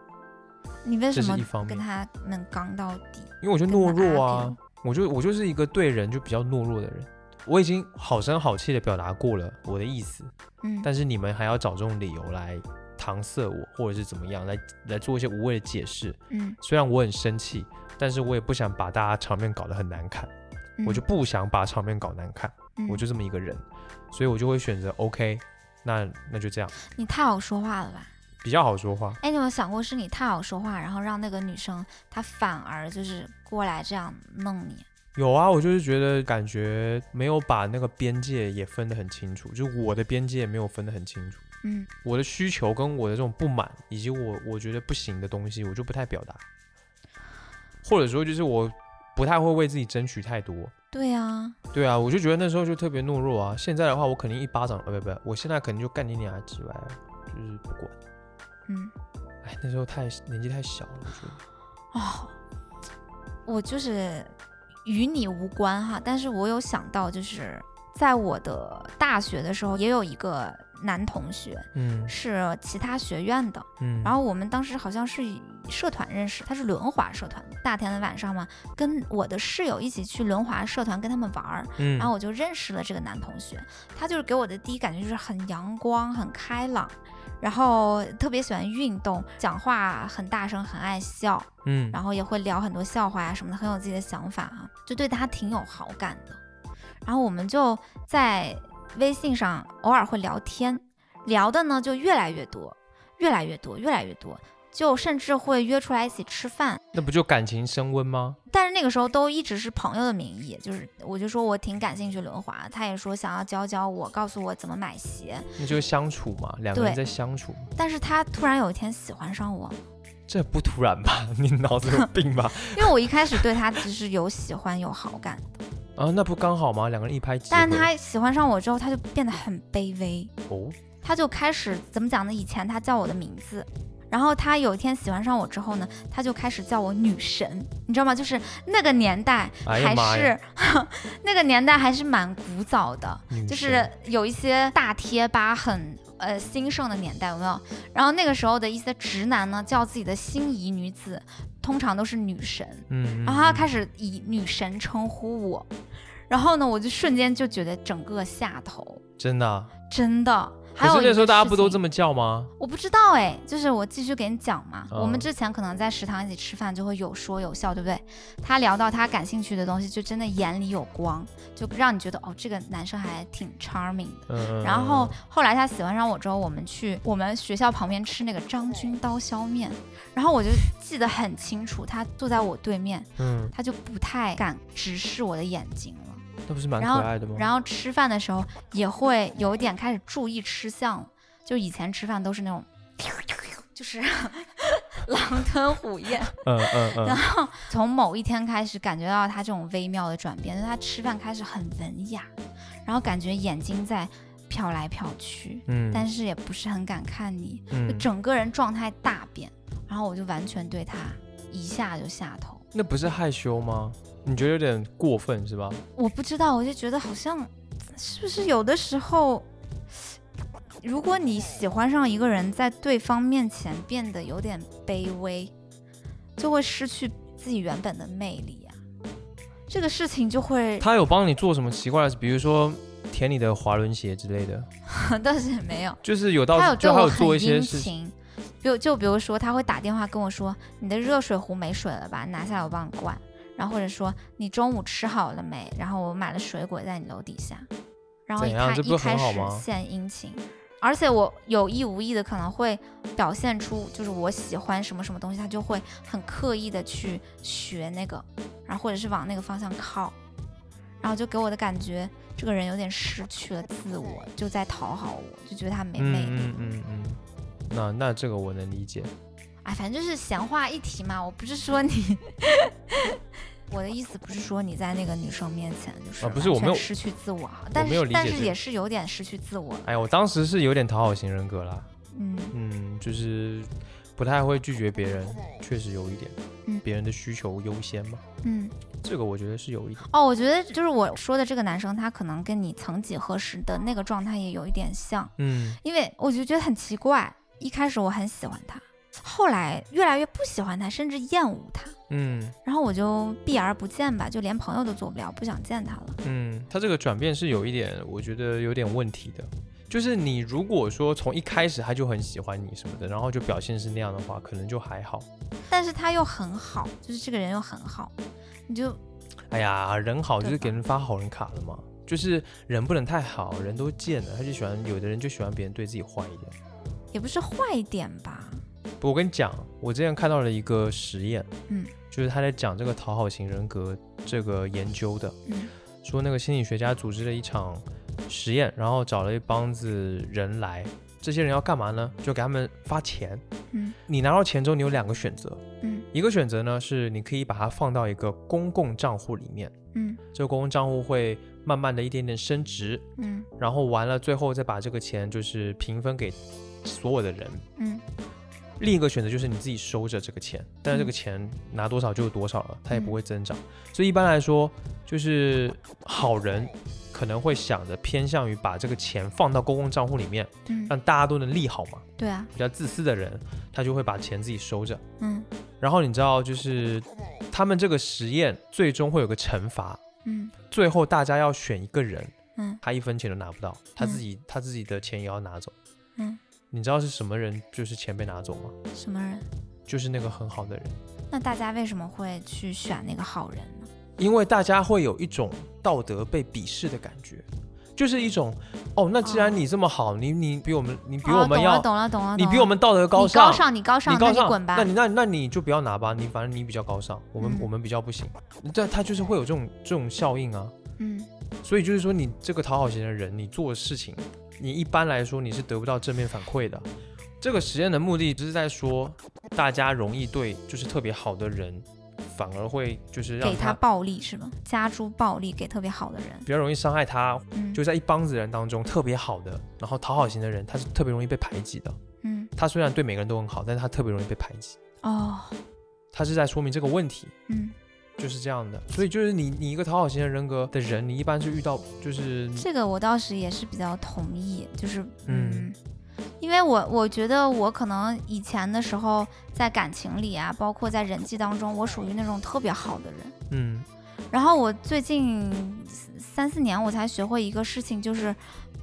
C: 你为
B: 这
C: 什
B: 是
C: 么
B: 一方
C: 跟
B: 面，
C: 他们刚到底？
B: 因为我就懦
C: 跟他
B: 弱
C: argue
B: 啊，我就我就是一个对人就比较懦弱的人。我已经好声好气的表达过了我的意思，
C: 嗯，
B: 但是你们还要找这种理由来搪塞我，或者是怎么样，来来做一些无谓的解释。
C: 嗯，
B: 虽然我很生气，但是我也不想把大家场面搞得很难看，
C: 嗯
B: 我就不想把场面搞难看，
C: 嗯
B: 我就这么一个人，所以我就会选择 OK，那那就这样，
C: 嗯你太好说话了吧？
B: 比较好说话。
C: 哎，你有没有想过是你太好说话，然后让那个女生她反而就是过来这样弄你？
B: 有啊，我就是觉得感觉没有把那个边界也分得很清楚，就我的边界没有分得很清楚，
C: 嗯，
B: 我的需求跟我的这种不满，以及我我觉得不行的东西，我就不太表达，或者说就是我不太会为自己争取太多。
C: 对啊，
B: 对啊，我就觉得那时候就特别懦弱啊。现在的话，我肯定一巴掌，呃，不不，我现在肯定就干你俩几歪，就是不管。
C: 嗯，
B: 哎，那时候太年纪太小了，我觉得。
C: 哦，我就是与你无关哈，但是我有想到，就是在我的大学的时候，也有一个男同学
B: 嗯
C: 是其他学院的，
B: 嗯
C: 然后我们当时好像是以社团认识，他是轮滑社团的，大天的晚上嘛，跟我的室友一起去轮滑社团跟他们玩儿，
B: 嗯
C: 然后我就认识了这个男同学，他就是给我的第一感觉就是很阳光、很开朗，然后特别喜欢运动，讲话很大声，很爱笑，
B: 嗯
C: 然后也会聊很多笑话呀、什么的，很有自己的想法啊，就对他挺有好感的。然后我们就在微信上偶尔会聊天，聊的呢就越来越多，越来越多，越来越多，就甚至会约出来一起吃饭。
B: 那不就感情升温吗？
C: 但是那个时候都一直是朋友的名义，就是我就说我挺感兴趣轮滑，他也说想要教教我，告诉我怎么买鞋。
B: 那就是相处嘛，两个人在
C: 对
B: 相处嘛，
C: 但是他突然有一天喜欢上我，
B: 这不突然吧？ [LAUGHS] 你脑子有病吧？ [LAUGHS]
C: 因为我一开始对他其实有喜欢有好感，
B: 啊，那不刚好吗？两个人一拍即合。
C: 但是他喜欢上我之后，他就变得很卑微，
B: 哦，
C: 他就开始怎么讲呢？以前他叫我的名字，然后他有一天喜欢上我之后呢，他就开始叫我女神，你知道吗？就是那个年代
B: 哎呀
C: 还
B: 妈
C: 是、 [LAUGHS]
B: 呀，
C: 那个年代还是蛮古早的，
B: 女
C: 就是
B: 神
C: 有一些大贴吧很呃兴盛的年代，有没有？然后那个时候的一些直男呢，叫自己的心仪女子，通常都是女神。
B: 嗯，
C: 然后他啊开
B: 始
C: 始以女神称呼我，然后呢，我就瞬间就觉得整个下头，
B: 真的啊、
C: 真的。还
B: 可
C: 有
B: 是
C: 一
B: 那
C: 个
B: 时候大家
C: 事
B: 不都
C: 情
B: 这么叫吗？
C: 我不知道哎，就是我继续给你讲嘛。
B: 嗯
C: 我们之前可能在食堂一起吃饭，就会有说有笑，对不对？他聊到他感兴趣的东西，就真的眼里有光，就让你觉得哦，这个男生还挺 charming 的。
B: 嗯，
C: 然后后来他喜欢上我之后，我们去我们学校旁边吃那个张军刀削面，然后我就记得很清楚，他坐在我对面，
B: 嗯，
C: 他就不太敢直视我的眼睛了。
B: 那不是蛮
C: 然
B: 可
C: 后
B: 爱的吗？
C: 然后吃饭的时候也会有点开始注意吃相了，就以前吃饭都是那种，就是 [LAUGHS] 狼吞虎咽。
B: 嗯嗯嗯
C: 然，后从某一天开始，感觉到他这种微妙的转变，就是他吃饭开始很文雅，然后感觉眼睛在瞟来瞟去，
B: 嗯，
C: 但是也不是很敢看你，就
B: 嗯
C: 整个人状态大变。然后我就完全对他一下就下头。
B: 那不是害羞吗？你觉得有点过分是吧？
C: 我不知道，我就觉得好像是不是有的时候，如果你喜欢上一个人，在对方面前变得有点卑微，就会失去自己原本的魅力啊。这个事情就会， [LAUGHS]
B: 他有帮你做什么奇怪的事，比如说舔你的滑轮鞋之类的，
C: 倒是也没有，
B: 就是有
C: 他
B: 到
C: 有对
B: 就他
C: 我
B: 有做
C: 很
B: 一些
C: 殷
B: 事情，
C: 勤，比如就比如说他会打电话跟我说你的热水壶没水了吧，拿下来我帮你灌，然后或者说你中午吃好了没，然后我买了水果在你楼底下，然后
B: 怎
C: 一
B: 样
C: 开
B: 这不
C: 一
B: 是很
C: 开
B: 好
C: 始
B: 吗
C: 献殷勤。而且我有意无意的可能会表现出，就是我喜欢什么什么东西，他就会很刻意的去学那个，然后或者是往那个方向靠，然后就给我的感觉，这个人有点失去了自我，就在讨好我，就觉得他没魅力。
B: 嗯嗯嗯嗯，那那这个我能理解。
C: 哎，反正就是闲话一提嘛，我不是说你，我的意思不是说你在那个女生面前就是
B: 啊不是
C: 完
B: 我没有
C: 全失去自我啊，但
B: 没有
C: 是
B: 理
C: 但
B: 解
C: 是
B: 这
C: 也
B: 个
C: 是有点失去自我，
B: 哎呀，我当时是有点讨好型人格啦，
C: 嗯
B: 嗯，就是不太会拒绝别人，确实有一点，
C: 嗯
B: 别人的需求优先嘛，
C: 嗯。
B: 这个我觉得是有一点，
C: 哦，我觉得就是我说的这个男生，他可能跟你曾几何时的那个状态也有一点像，
B: 嗯，
C: 因为我就觉得很奇怪，一开始我很喜欢他，后来越来越不喜欢他，甚至厌恶他，
B: 嗯
C: 然后我就避而不见吧，就连朋友都做不了，不想见他了。
B: 嗯，他这个转变是有一点，我觉得有点问题的。就是你如果说从一开始他就很喜欢你什么的，然后就表现是那样的话，可能就还好。
C: 但是他又很好，就是这个人又很好，你就
B: 哎呀，人好就
C: 对
B: 是给
C: 吧
B: 人发好人卡了嘛，就是人不能太好，人都贱的，他就喜欢有的人就喜欢别人对自己坏一点。
C: 也不是坏一点吧？
B: 不，我跟你讲，我之前看到了一个实验，
C: 嗯，
B: 就是他在讲这个讨好型人格这个研究的，
C: 嗯
B: 说那个心理学家组织了一场实验，然后找了一帮子人来，这些人要干嘛呢？就给他们发钱。
C: 嗯
B: 你拿到钱之后，你有两个选择，
C: 嗯
B: 一个选择呢是你可以把它放到一个公共账户里面，
C: 嗯
B: 这个公共账户会慢慢的一点点升值，
C: 嗯
B: 然后完了最后再把这个钱就是平分给所有的人。
C: 嗯
B: 另一个选择就是你自己收着这个钱，但是这个
C: 嗯
B: 钱拿多少就是多少了，它也不
C: 嗯
B: 会增长。所以一般来说，就是好人可能会想着偏向于把这个钱放到公共账户里面，
C: 嗯，
B: 让大家都能利好嘛。
C: 对啊，
B: 比较自私的人，他就会把钱自己收着。
C: 嗯
B: 然后你知道，就是他们这个实验最终会有个惩罚，
C: 嗯
B: 最后大家要选一个人，
C: 嗯
B: 他一分钱都拿不到，他自
C: 嗯
B: 己他自己的钱也要拿走。
C: 嗯，
B: 你知道是什么人就是钱被拿走吗？
C: 什么人？
B: 就是那个很好的人。
C: 那大家为什么会去选那个好人呢？
B: 因为大家会有一种道德被鄙视的感觉，就是一种哦，那既然你这么好，你你比我们你比我们
C: 哦、
B: 要，
C: 懂了懂了懂了，
B: 你比我们道德高
C: 你高
B: 尚，
C: 尚，你高尚，
B: 你高
C: 那
B: 尚
C: 你滚吧。
B: 你那那你就不要拿吧，你反正你比较高尚，我们、
C: 嗯
B: 我们比较不行，但他就是会有这种这种效应啊，
C: 嗯
B: 所以就是说你这个讨好型的人，你做事情，你一般来说你是得不到正面反馈的。这个实验的目的只是在说，大家容易对就是特别好的人，反而会就是让
C: 给他暴力是吗？加诸暴力给特别好的人。
B: 比较容易伤害他，
C: 嗯，
B: 就在一帮子人当中，特别好的，然后讨好型的人，他是特别容易被排挤的。
C: 嗯
B: 他虽然对每个人都很好，但是他特别容易被排挤。
C: 哦
B: 他是在说明这个问题
C: 嗯，
B: 就是这样的。所以就是你，你一个讨好型的人格的人，你一般是遇到就是
C: 这个我倒是也是比较同意，就是
B: 嗯
C: 嗯，因为我我觉得我可能以前的时候在感情里啊，包括在人际当中，我属于那种特别好的人。
B: 嗯
C: 然后我最近三四年我才学会一个事情，就是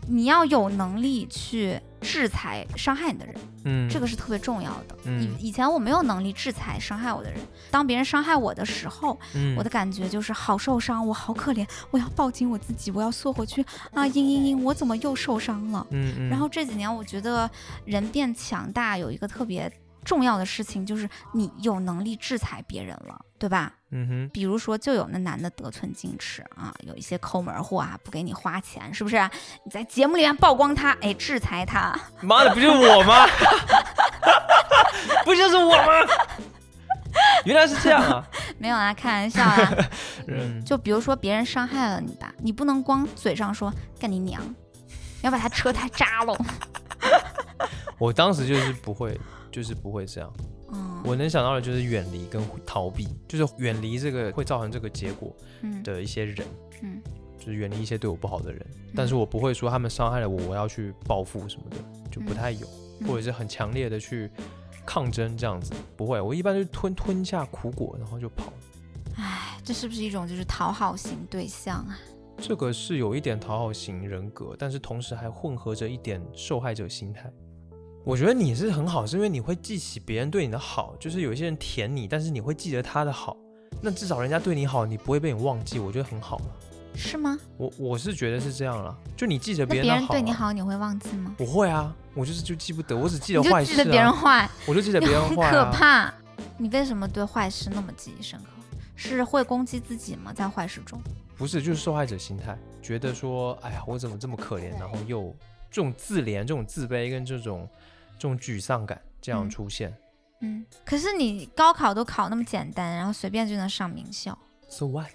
C: 你要有能力去制裁伤害你的人，
B: 嗯
C: 这个是特别重要的。
B: 嗯
C: 以以前我没有能力制裁伤害我的人，当别人伤害我的时候，
B: 嗯
C: 我的感觉就是好受伤，我好可怜，我要抱紧我自己，我要缩回去啊！嘤嘤嘤，我怎么又受伤了？
B: 嗯嗯，
C: 然后这几年，我觉得人变强大有一个特别重要的事情，就是你有能力制裁别人了，对吧？
B: 嗯哼
C: 比如说，就有那男的得寸进尺啊，有一些抠门货啊，不给你花钱，是不是、你在节目里面曝光他，哎，制裁他， [LAUGHS]
B: 妈的不就是我吗？ [LAUGHS] 不就是我吗？ [LAUGHS] 原来是这样
C: [LAUGHS]
B: 啊，
C: 没有啊，开玩笑啊。
B: [LAUGHS] 嗯，
C: 就比如说别人伤害了你吧，你不能光嘴上说干你娘，你要把他车胎扎了。
B: 我当时就是不会，就是不会这样，
C: 嗯
B: 我能想到的就是远离跟逃避，就是远离这个会造成这个结果
C: 嗯
B: 的一些人，
C: 嗯
B: 就是远离一些对我不好的人。但是我不会说他们伤害了我，我要去报复什么的，就不太有，
C: 嗯
B: 或者是很强烈的去抗争这样子，不会。我一般就吞吞下苦果，然后就跑。
C: 哎，这是不是一种就是讨好型对象啊？
B: 这个是有一点讨好型人格，但是同时还混合着一点受害者心态。我觉得你是很好，是因为你会记起别人对你的好，就是有一些人舔你，但是你会记得他的好，那至少人家对你好，你不会被你忘记，我觉得很好啊。
C: 是吗？
B: 我我是觉得是这样啦，就你记得
C: 那
B: 别
C: 别
B: 人的好、啊
C: 人对你，好，你会忘记吗？
B: 我会啊，我就是就记不得，我只记
C: 你
B: 得
C: 就
B: 坏
C: 记
B: 事、啊，
C: 得别
B: [LAUGHS]
C: 人坏，
B: 我就记得别人
C: [LAUGHS] 很
B: 坏、啊，
C: 可怕。你为什么对坏事那么记忆深刻？是会攻击自己吗？在坏事中，
B: 不是，就是受害者心态，觉得说，哎呀，我怎么这么可怜，然后又这种自怜、这种自卑跟这种这种沮丧感这样
C: 嗯
B: 出现。
C: 嗯，可是你高考都考那么简单，然后随便就能上名校。
B: So what？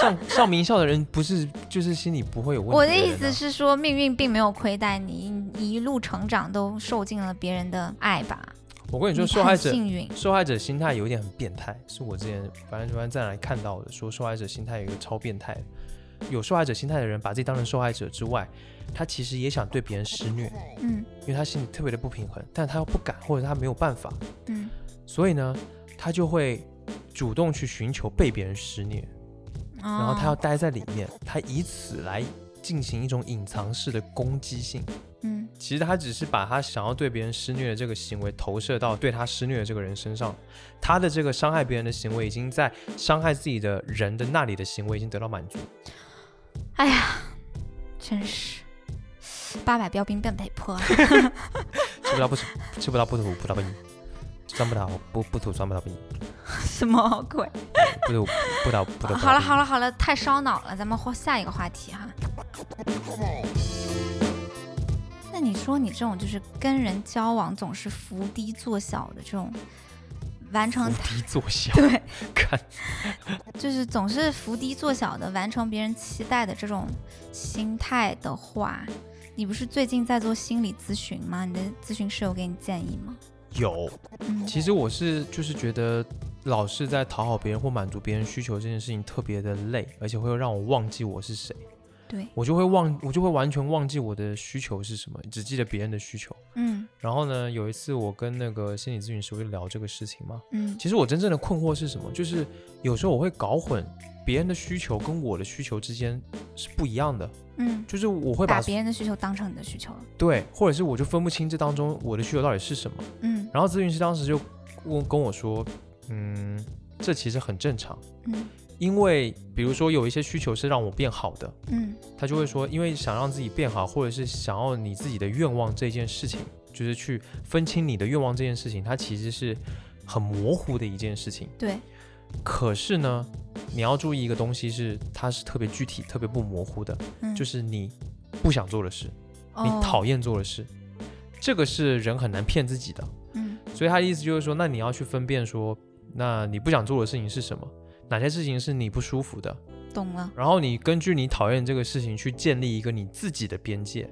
B: 上上名校的人不是就是心里不会有问题、啊
C: 我的意思，是说，命运并没有亏待你，你一路成长都受尽了别人的爱吧？
B: 我跟你说，
C: 你
B: 受
C: 很
B: 害者
C: 幸运，
B: 受害者心态有一点很变态，是我之前反正反正在哪里看到的，说受害者心态有一个超变态的，有受害者心态的人把自己当成受害者之外，他其实也想对别人施虐，
C: 嗯
B: 因为他心里特别的不平衡，但他又不敢或者他没有办法，
C: 嗯，
B: 所以呢，他就会主动去寻求被别人施虐，然
C: 然
B: 后他要待在里面，他以此来进行一种隐藏式的攻击性。
C: 嗯
B: 其实他只是把他想要对别人施虐的这个行为投射到对他施虐的这个人身上，他的这个伤害别人的行为已经在伤害自己的人的那里的行为已经得到满足。
C: 哎真是八百标兵变北坡了。 [LAUGHS]
B: 吃不到不吐，吃不到不吐葡萄皮，酸不倒不不吐酸葡萄皮，
C: 什么鬼？
B: 不吐不倒不吐。
C: 好了好了好了，太烧脑了，咱们换下一个话题哈。那你说你这种就是跟人交往总是伏低做小的这种，完成
B: 无敌
C: [LAUGHS]
B: 作小，
C: 对，
B: 看
C: 就是总是伏低做小的完成别人期待的这种心态的话，你不是最近在做心理咨询吗？你的咨询师有给你建议吗？
B: 有
C: 嗯，
B: 其实我是就是觉得，老是在讨好别人或满足别人需求这件事情特别的累，而且会让我忘记我是谁，
C: 嗯对，
B: 我就会忘，我就会完全忘记我的需求是什么，只记得别人的需求。
C: 嗯
B: 然后呢，有一次我跟那个心理咨询师我就聊这个事情嘛，
C: 嗯
B: 其实我真正的困惑是什么？就是有时候我会搞混别人的需求跟我的需求之间是不一样的，
C: 嗯，
B: 就是我会把
C: 把别人的需求当成你的需求了。
B: 对，或者是我就分不清这当中我的需求到底是什么。
C: 嗯
B: 然后咨询师当时就问跟我说，嗯，这其实很正常，
C: 嗯
B: 因为比如说有一些需求是让我变好的，
C: 嗯
B: 他就会说，因为想让自己变好，或者是想要你自己的愿望这件事情，就是去分清你的愿望这件事情，它其实是很模糊的一件事情。
C: 对，
B: 可是呢，你要注意一个东西是，它是特别具体、特别不模糊的，
C: 嗯，
B: 就是你不想做的事，你
C: 哦
B: 讨厌做的事，这个是人很难骗自己的。
C: 嗯
B: 所以他的意思就是说，那你要去分辨说，那你不想做的事情是什么，哪些事情是你不舒服的，
C: 懂了
B: 然后你根据你讨厌这个事情去建立一个你自己的边界，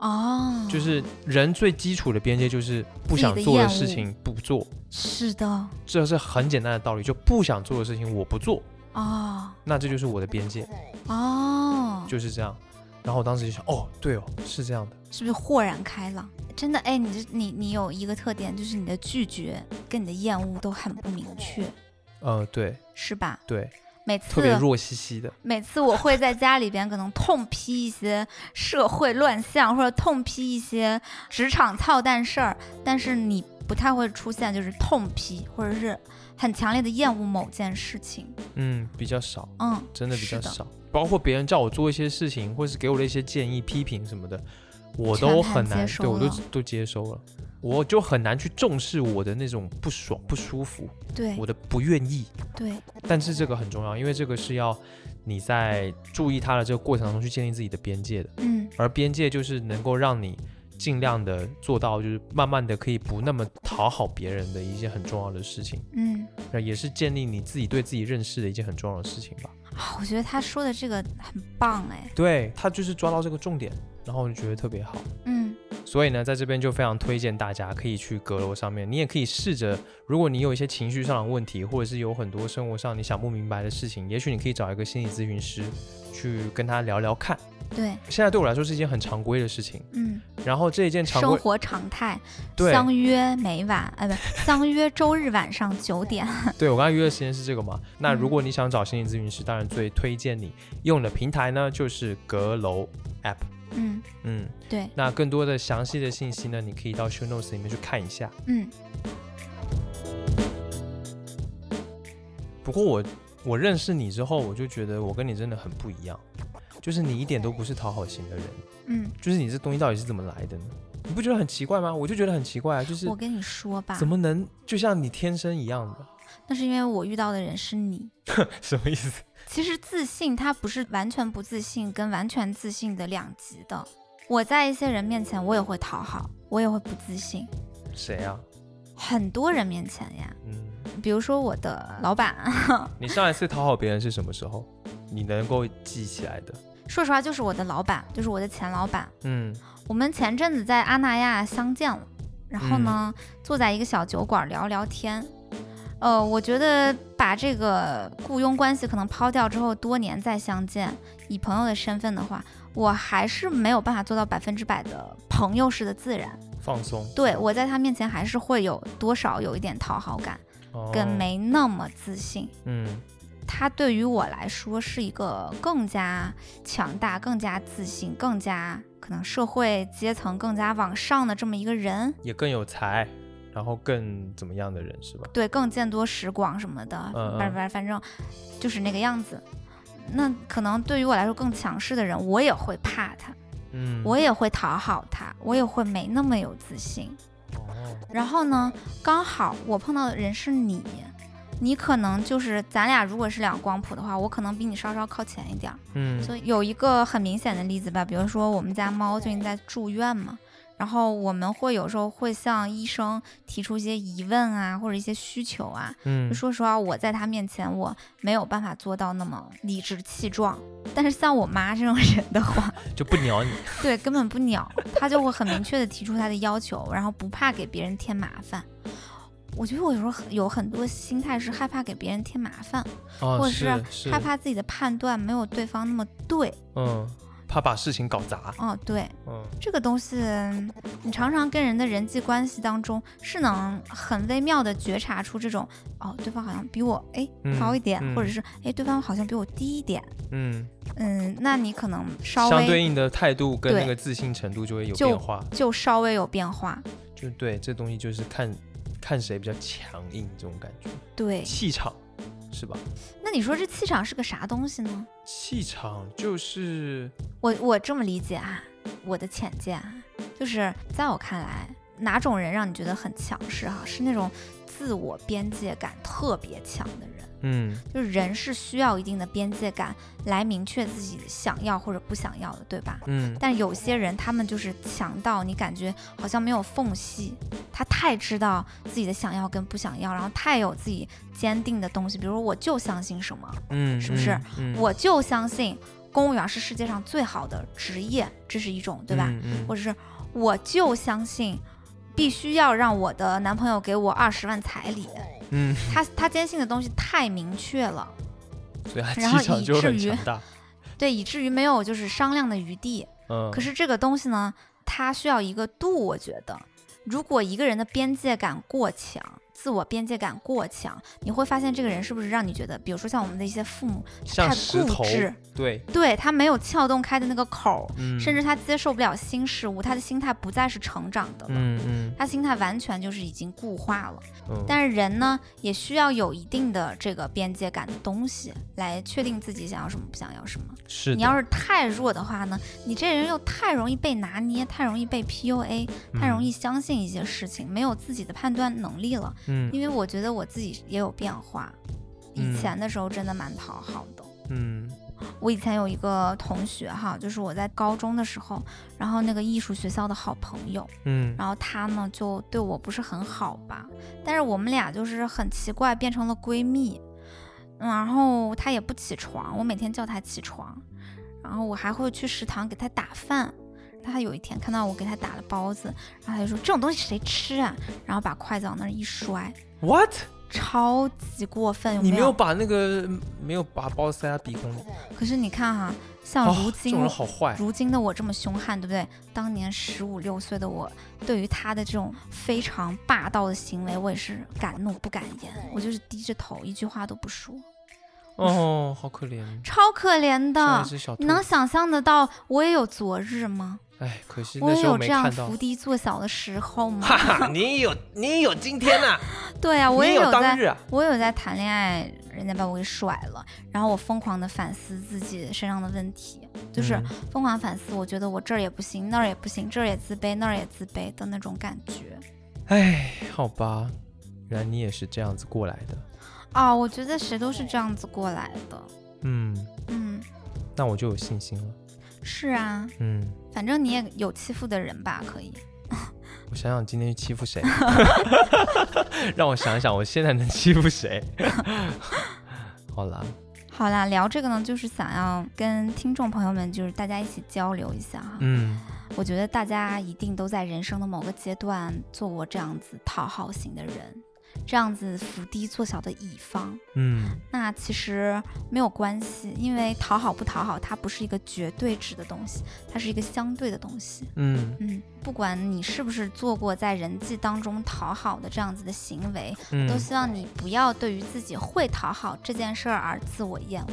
C: 哦，
B: 就是人最基础的边界就是不想做的事情不做，
C: 是的
B: 这是很简单的道理，就不想做的事情我不做，
C: 哦
B: 那这就是我的边界，
C: 哦，
B: 就是这样。然后我当时就想，哦，对哦，是这样的，
C: 是不是豁然开朗？真的哎，你这你你有一个特点，就是你的拒绝跟你的厌恶都很不明确，
B: 呃，对
C: 是吧？
B: 对，
C: 每
B: 特别
C: 次
B: 弱兮兮的，
C: 每次我会在家里边可能痛批一些社会乱象，或者痛批一些职场操蛋事儿，但是你不太会出现就是痛批或者是很强烈的厌恶某件事情，
B: 嗯，比较少。
C: 嗯，
B: 真的比较
C: 是的
B: 少。包括别人叫我做一些事情，或是给我的一些建议、批评什么的，我
C: 全
B: 都
C: 盘
B: 很
C: 接
B: 难，
C: 收
B: 对我都
C: 了
B: 都接收了，我就很难去重视我的那种不爽、不舒服，
C: 对
B: 我的不愿意。
C: 对，
B: 但是这个很重要，因为这个是要你在注意它的这个过程当中去建立自己的边界的，
C: 嗯
B: 而边界就是能够让你尽量的做到，就是慢慢的可以不那么讨好别人的一件很重要的事情，
C: 嗯。
B: 那也是建立你自己对自己认识的一件很重要的事情吧。
C: 啊我觉得他说的这个很棒哎，
B: 对他就是抓到这个重点，然后我就觉得特别好。
C: 嗯，
B: 所以呢，在这边就非常推荐大家可以去阁楼上面，你也可以试着，如果你有一些情绪上的问题，或者是有很多生活上你想不明白的事情，也许你可以找一个心理咨询师去跟他聊聊看。
C: 对，
B: 现在对我来说是一件很常规的事情，
C: 嗯，
B: 然后这一件常
C: 生
B: 规，
C: 活常态，
B: 对
C: 相约每晚，哎，不，相约周日晚上九 [LAUGHS] 点。
B: 对我刚才约的时间是这个嘛？那
C: 嗯
B: 如果你想找心理咨询师，当然最推荐你用的平台呢就是阁楼 App。
C: 嗯，
B: 嗯，
C: 对，
B: 那更多的详细的信息呢，你可以到 Show Notes 里面去看一下。
C: 嗯
B: 不过我我认识你之后，我就觉得我跟你真的很不一样，就是你一点都不是讨好型的人，
C: 嗯，
B: 就是你这东西到底是怎么来的呢？你不觉得很奇怪吗？我就觉得很奇怪啊，就是
C: 我跟你说吧
B: 怎，么能就像你天生一样的， [LAUGHS]
C: 那是因为我遇到的人是你。
B: 什么意思？
C: 其实自信它不是完全不自信跟完全自信的两极的。我在一些人面前，我也会讨好，我也会不自信。
B: 谁啊？
C: 很多人面前呀，
B: 嗯，
C: 比如说我的老板， [LAUGHS]
B: 你上一次讨好别人是什么时候？你能够记起来的？
C: 说实话就是我的老板，就是我的前老板。
B: 嗯
C: 我们前阵子在阿那亚相见了，然后呢，坐在一个小酒馆聊聊天。呃，我觉得把这个雇佣关系可能抛掉之后，多年再相见，以朋友的身份的话，我还是没有办法做到百分之百的朋友式的自然。，
B: 放松，
C: 对我在他面前还是会有多少有一点讨好感，
B: 哦
C: 跟，没那么自信。
B: 嗯
C: 他对于我来说是一个更加强大、更加自信、更加可能社会阶层更加往上的这么一个人，
B: 也更有才，然后更怎么样的人是吧？
C: 对，更见多识广什么的，
B: 嗯嗯
C: 反反反正就是那个样子。那可能对于我来说更强势的人，我也会怕他，
B: 嗯，
C: 我也会讨好他，我也会没那么有自信。
B: 哦
C: 然后呢，刚好我碰到的人是你，你可能就是咱俩如果是两光谱的话，我可能比你稍稍靠前一点儿。
B: 嗯
C: 所以有一个很明显的例子吧，比如说我们家猫最近在住院嘛，然后我们会有时候会向医生提出一些疑问啊，或者一些需求啊。
B: 嗯
C: 就说实话，我在他面前我没有办法做到那么理直气壮，但是像我妈这种人的话， [LAUGHS]
B: 就不鸟你，
C: 对根本不鸟，她就会很明确的提出她的要求，然后不怕给别人添麻烦。我觉得我有时候很有很多心态是害怕给别人添麻烦，
B: 哦，
C: 或者
B: 是是
C: 害怕自己的判断没有对方那么对。
B: 嗯，怕把事情搞砸，
C: 哦，对，
B: 嗯
C: 这个东西，你常常跟人的人际关系当中是能很微妙的觉察出这种哦，对方好像比我哎
B: 嗯
C: 高一点，
B: 嗯
C: 或者是哎对方好像比我低一点，
B: 嗯，
C: 嗯，那你可能稍
B: 相对
C: 微
B: 应的态度跟那
C: 对
B: 个自信程度就会有
C: 就
B: 变化，
C: 就稍微有变化，
B: 就对，这东西就是看看谁比较强硬这种感觉，
C: 对。
B: 气场是吧？
C: 那你说这气场是个啥东西呢？
B: 气场就是
C: 我我这么理解啊，我的浅见啊，就是在我看来，哪种人让你觉得很强势哈、是那种自我边界感特别强的人。
B: 嗯
C: 就是人是需要一定的边界感来明确自己想要或者不想要的，对吧？
B: 嗯
C: 但有些人他们就是强到你感觉好像没有缝隙，他太知道自己的想要跟不想要，然后太有自己坚定的东西，比如说我就相信什么，
B: 嗯，
C: 是不是
B: 嗯？嗯
C: 我就相信公务员是世界上最好的职业，这是一种，对吧？
B: 嗯嗯
C: 或者是我就相信。必须要让我的男朋友给我二十万彩礼，
B: 嗯，
C: 他他坚信的东西太明确了，
B: 所以他
C: 然后
B: 气场
C: 以
B: 就
C: 至
B: 很
C: 于
B: 强大，
C: 对，以至于没有就是商量的余地。
B: 嗯，
C: 可是这个东西呢，它需要一个度，我觉得，如果一个人的边界感过强，自我边界感过强，你会发现这个人是不是让你觉得，比如说像我们的一些父母，
B: 像
C: 太
B: 石
C: 固
B: 头
C: 执，
B: 对，
C: 对他没有撬动开的那个口儿，
B: 嗯，
C: 甚至他接受不了新事物，他的心态不再是成长的了。
B: 嗯嗯
C: 他心态完全就是已经固化了，
B: 嗯，
C: 但是人呢，也需要有一定的这个边界感的东西来确定自己想要什么，不想要什么。
B: 是的
C: 你要是太弱的话呢，你这人又太容易被拿捏，太容易被 PUA，太
B: 嗯
C: 容易相信一些事情，没有自己的判断能力了。
B: 嗯
C: 因为我觉得我自己也有变化，以
B: 嗯
C: 前的时候真的蛮讨好的。
B: 嗯
C: 我以前有一个同学哈，就是我在高中的时候，然后那个艺术学校的好朋友，
B: 嗯
C: 然后她呢就对我不是很好吧，但是我们俩就是很奇怪变成了闺蜜，嗯然后她也不起床，我每天叫她起床，然后我还会去食堂给她打饭，他有一天看到我给他打了包子，然后他就说这种东西谁吃啊？然后把筷子往那儿一摔，
B: What？
C: 超级过分，有
B: 你
C: 没
B: 没有？把那个没有把包子塞他鼻孔里？
C: 可是你看哈，像
B: 哦
C: 如
B: 这
C: 今
B: 种
C: 我、
B: 人好坏。
C: 如今的我这么凶悍，对不对？当年十五六岁的我，对于他的这种非常霸道的行为，我也是敢怒不敢言，我就是低着头，一句话都不说，
B: 哦，好可怜，
C: 超可怜
B: 像
C: 的
B: 一。只小兔
C: 你。能想象得到我也有昨日吗？
B: 哎，可惜
C: 我
B: 那
C: 也
B: 时候
C: 有
B: 没
C: 这样
B: 看到
C: 伏。低做小的时候吗？
B: 哈哈，你也有你也有今天呐、
C: 对啊， [LAUGHS] 我
B: 你
C: 也
B: 也有当
C: 在
B: 日啊。
C: 我有在谈恋爱，人家把我给甩了，然后我疯狂的反思自己身上的问题，就是
B: 嗯
C: 疯狂反思，我觉得我这儿也不行，那儿也不行，这儿也自卑，那儿也自卑的那种感觉。
B: 哎，好吧，原来你也是这样子过来的。
C: 哦，我觉得谁都是这样子过来的。
B: 嗯，
C: 嗯，
B: 那我就有信心了。
C: 是啊，
B: 嗯，
C: 反正你也有欺负的人吧，可以。
B: 我想想今天欺
C: [LAUGHS]
B: 负谁， [LAUGHS] 让我想想我现在能欺负
C: [LAUGHS]
B: 谁。好啦，
C: 好啦，聊这个呢，就是想要跟听众朋友们，就是大家一起交流一下哈。
B: 嗯，
C: 我觉得大家一定都在人生的某个阶段做过这样子讨好型的人，这样子伏低做小的乙方。
B: 嗯，
C: 那其实没有关系，因为讨好不讨好，它不是一个绝对值的东西，它是一个相对的东西。
B: 嗯，
C: 嗯，不管你是不是做过在人际当中讨好的这样子的行为，都
B: 嗯，
C: 希望你不要对于自己会讨好这件事儿而自我厌恶，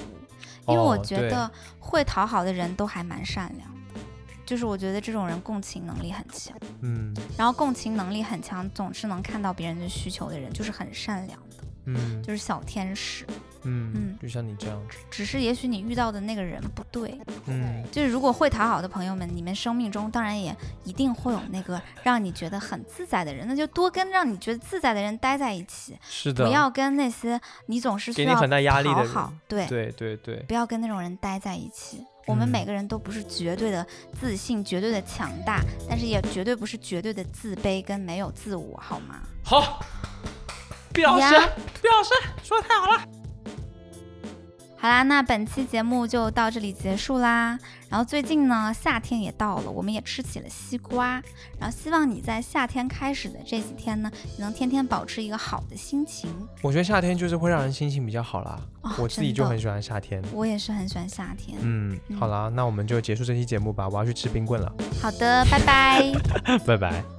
B: 哦
C: 因为我觉得会讨好的人都还蛮善良的，就是我觉得这种人共情能力很强，
B: 嗯，
C: 然后共情能力很强，总是能看到别人的需求的人，就是很善良的，
B: 嗯，
C: 就是小天使。
B: 嗯
C: 嗯，
B: 就像你这样，
C: 只是也许你遇到的那个人不对，
B: 嗯，
C: 就是如果会讨好的朋友们，你们生命中当然也一定会有那个让你觉得很自在的人，那就多跟让你觉得自在的人待在一起，
B: 是的，
C: 不要跟那些你总是需
B: 给你
C: 要
B: 很大压力的
C: 讨
B: 人
C: 好，对，
B: 对对对，
C: 不要跟那种人待在一起。我们
B: 嗯
C: 每个人都不是绝对的自信、绝对的强大，但是也绝对不是绝对的自卑跟没有自我，好吗？
B: 好，毕老师
C: 呀，
B: 毕老师说的太好了，
C: 好啦，那本期节目就到这里结束啦。然后最近呢，夏天也到了，我们也吃起了西瓜。然后希望你在夏天开始的这几天呢，你能天天保持一个好的心情。
B: 我觉得夏天就是会让人心情比较好啦，
C: 哦
B: 我自己
C: 真
B: 就
C: 的
B: 很喜欢夏天。
C: 我也是很喜欢夏天。
B: 嗯，好啦，那我们就结束这期节目吧，我要去吃冰棍了，
C: 好的，拜拜。
B: 拜拜。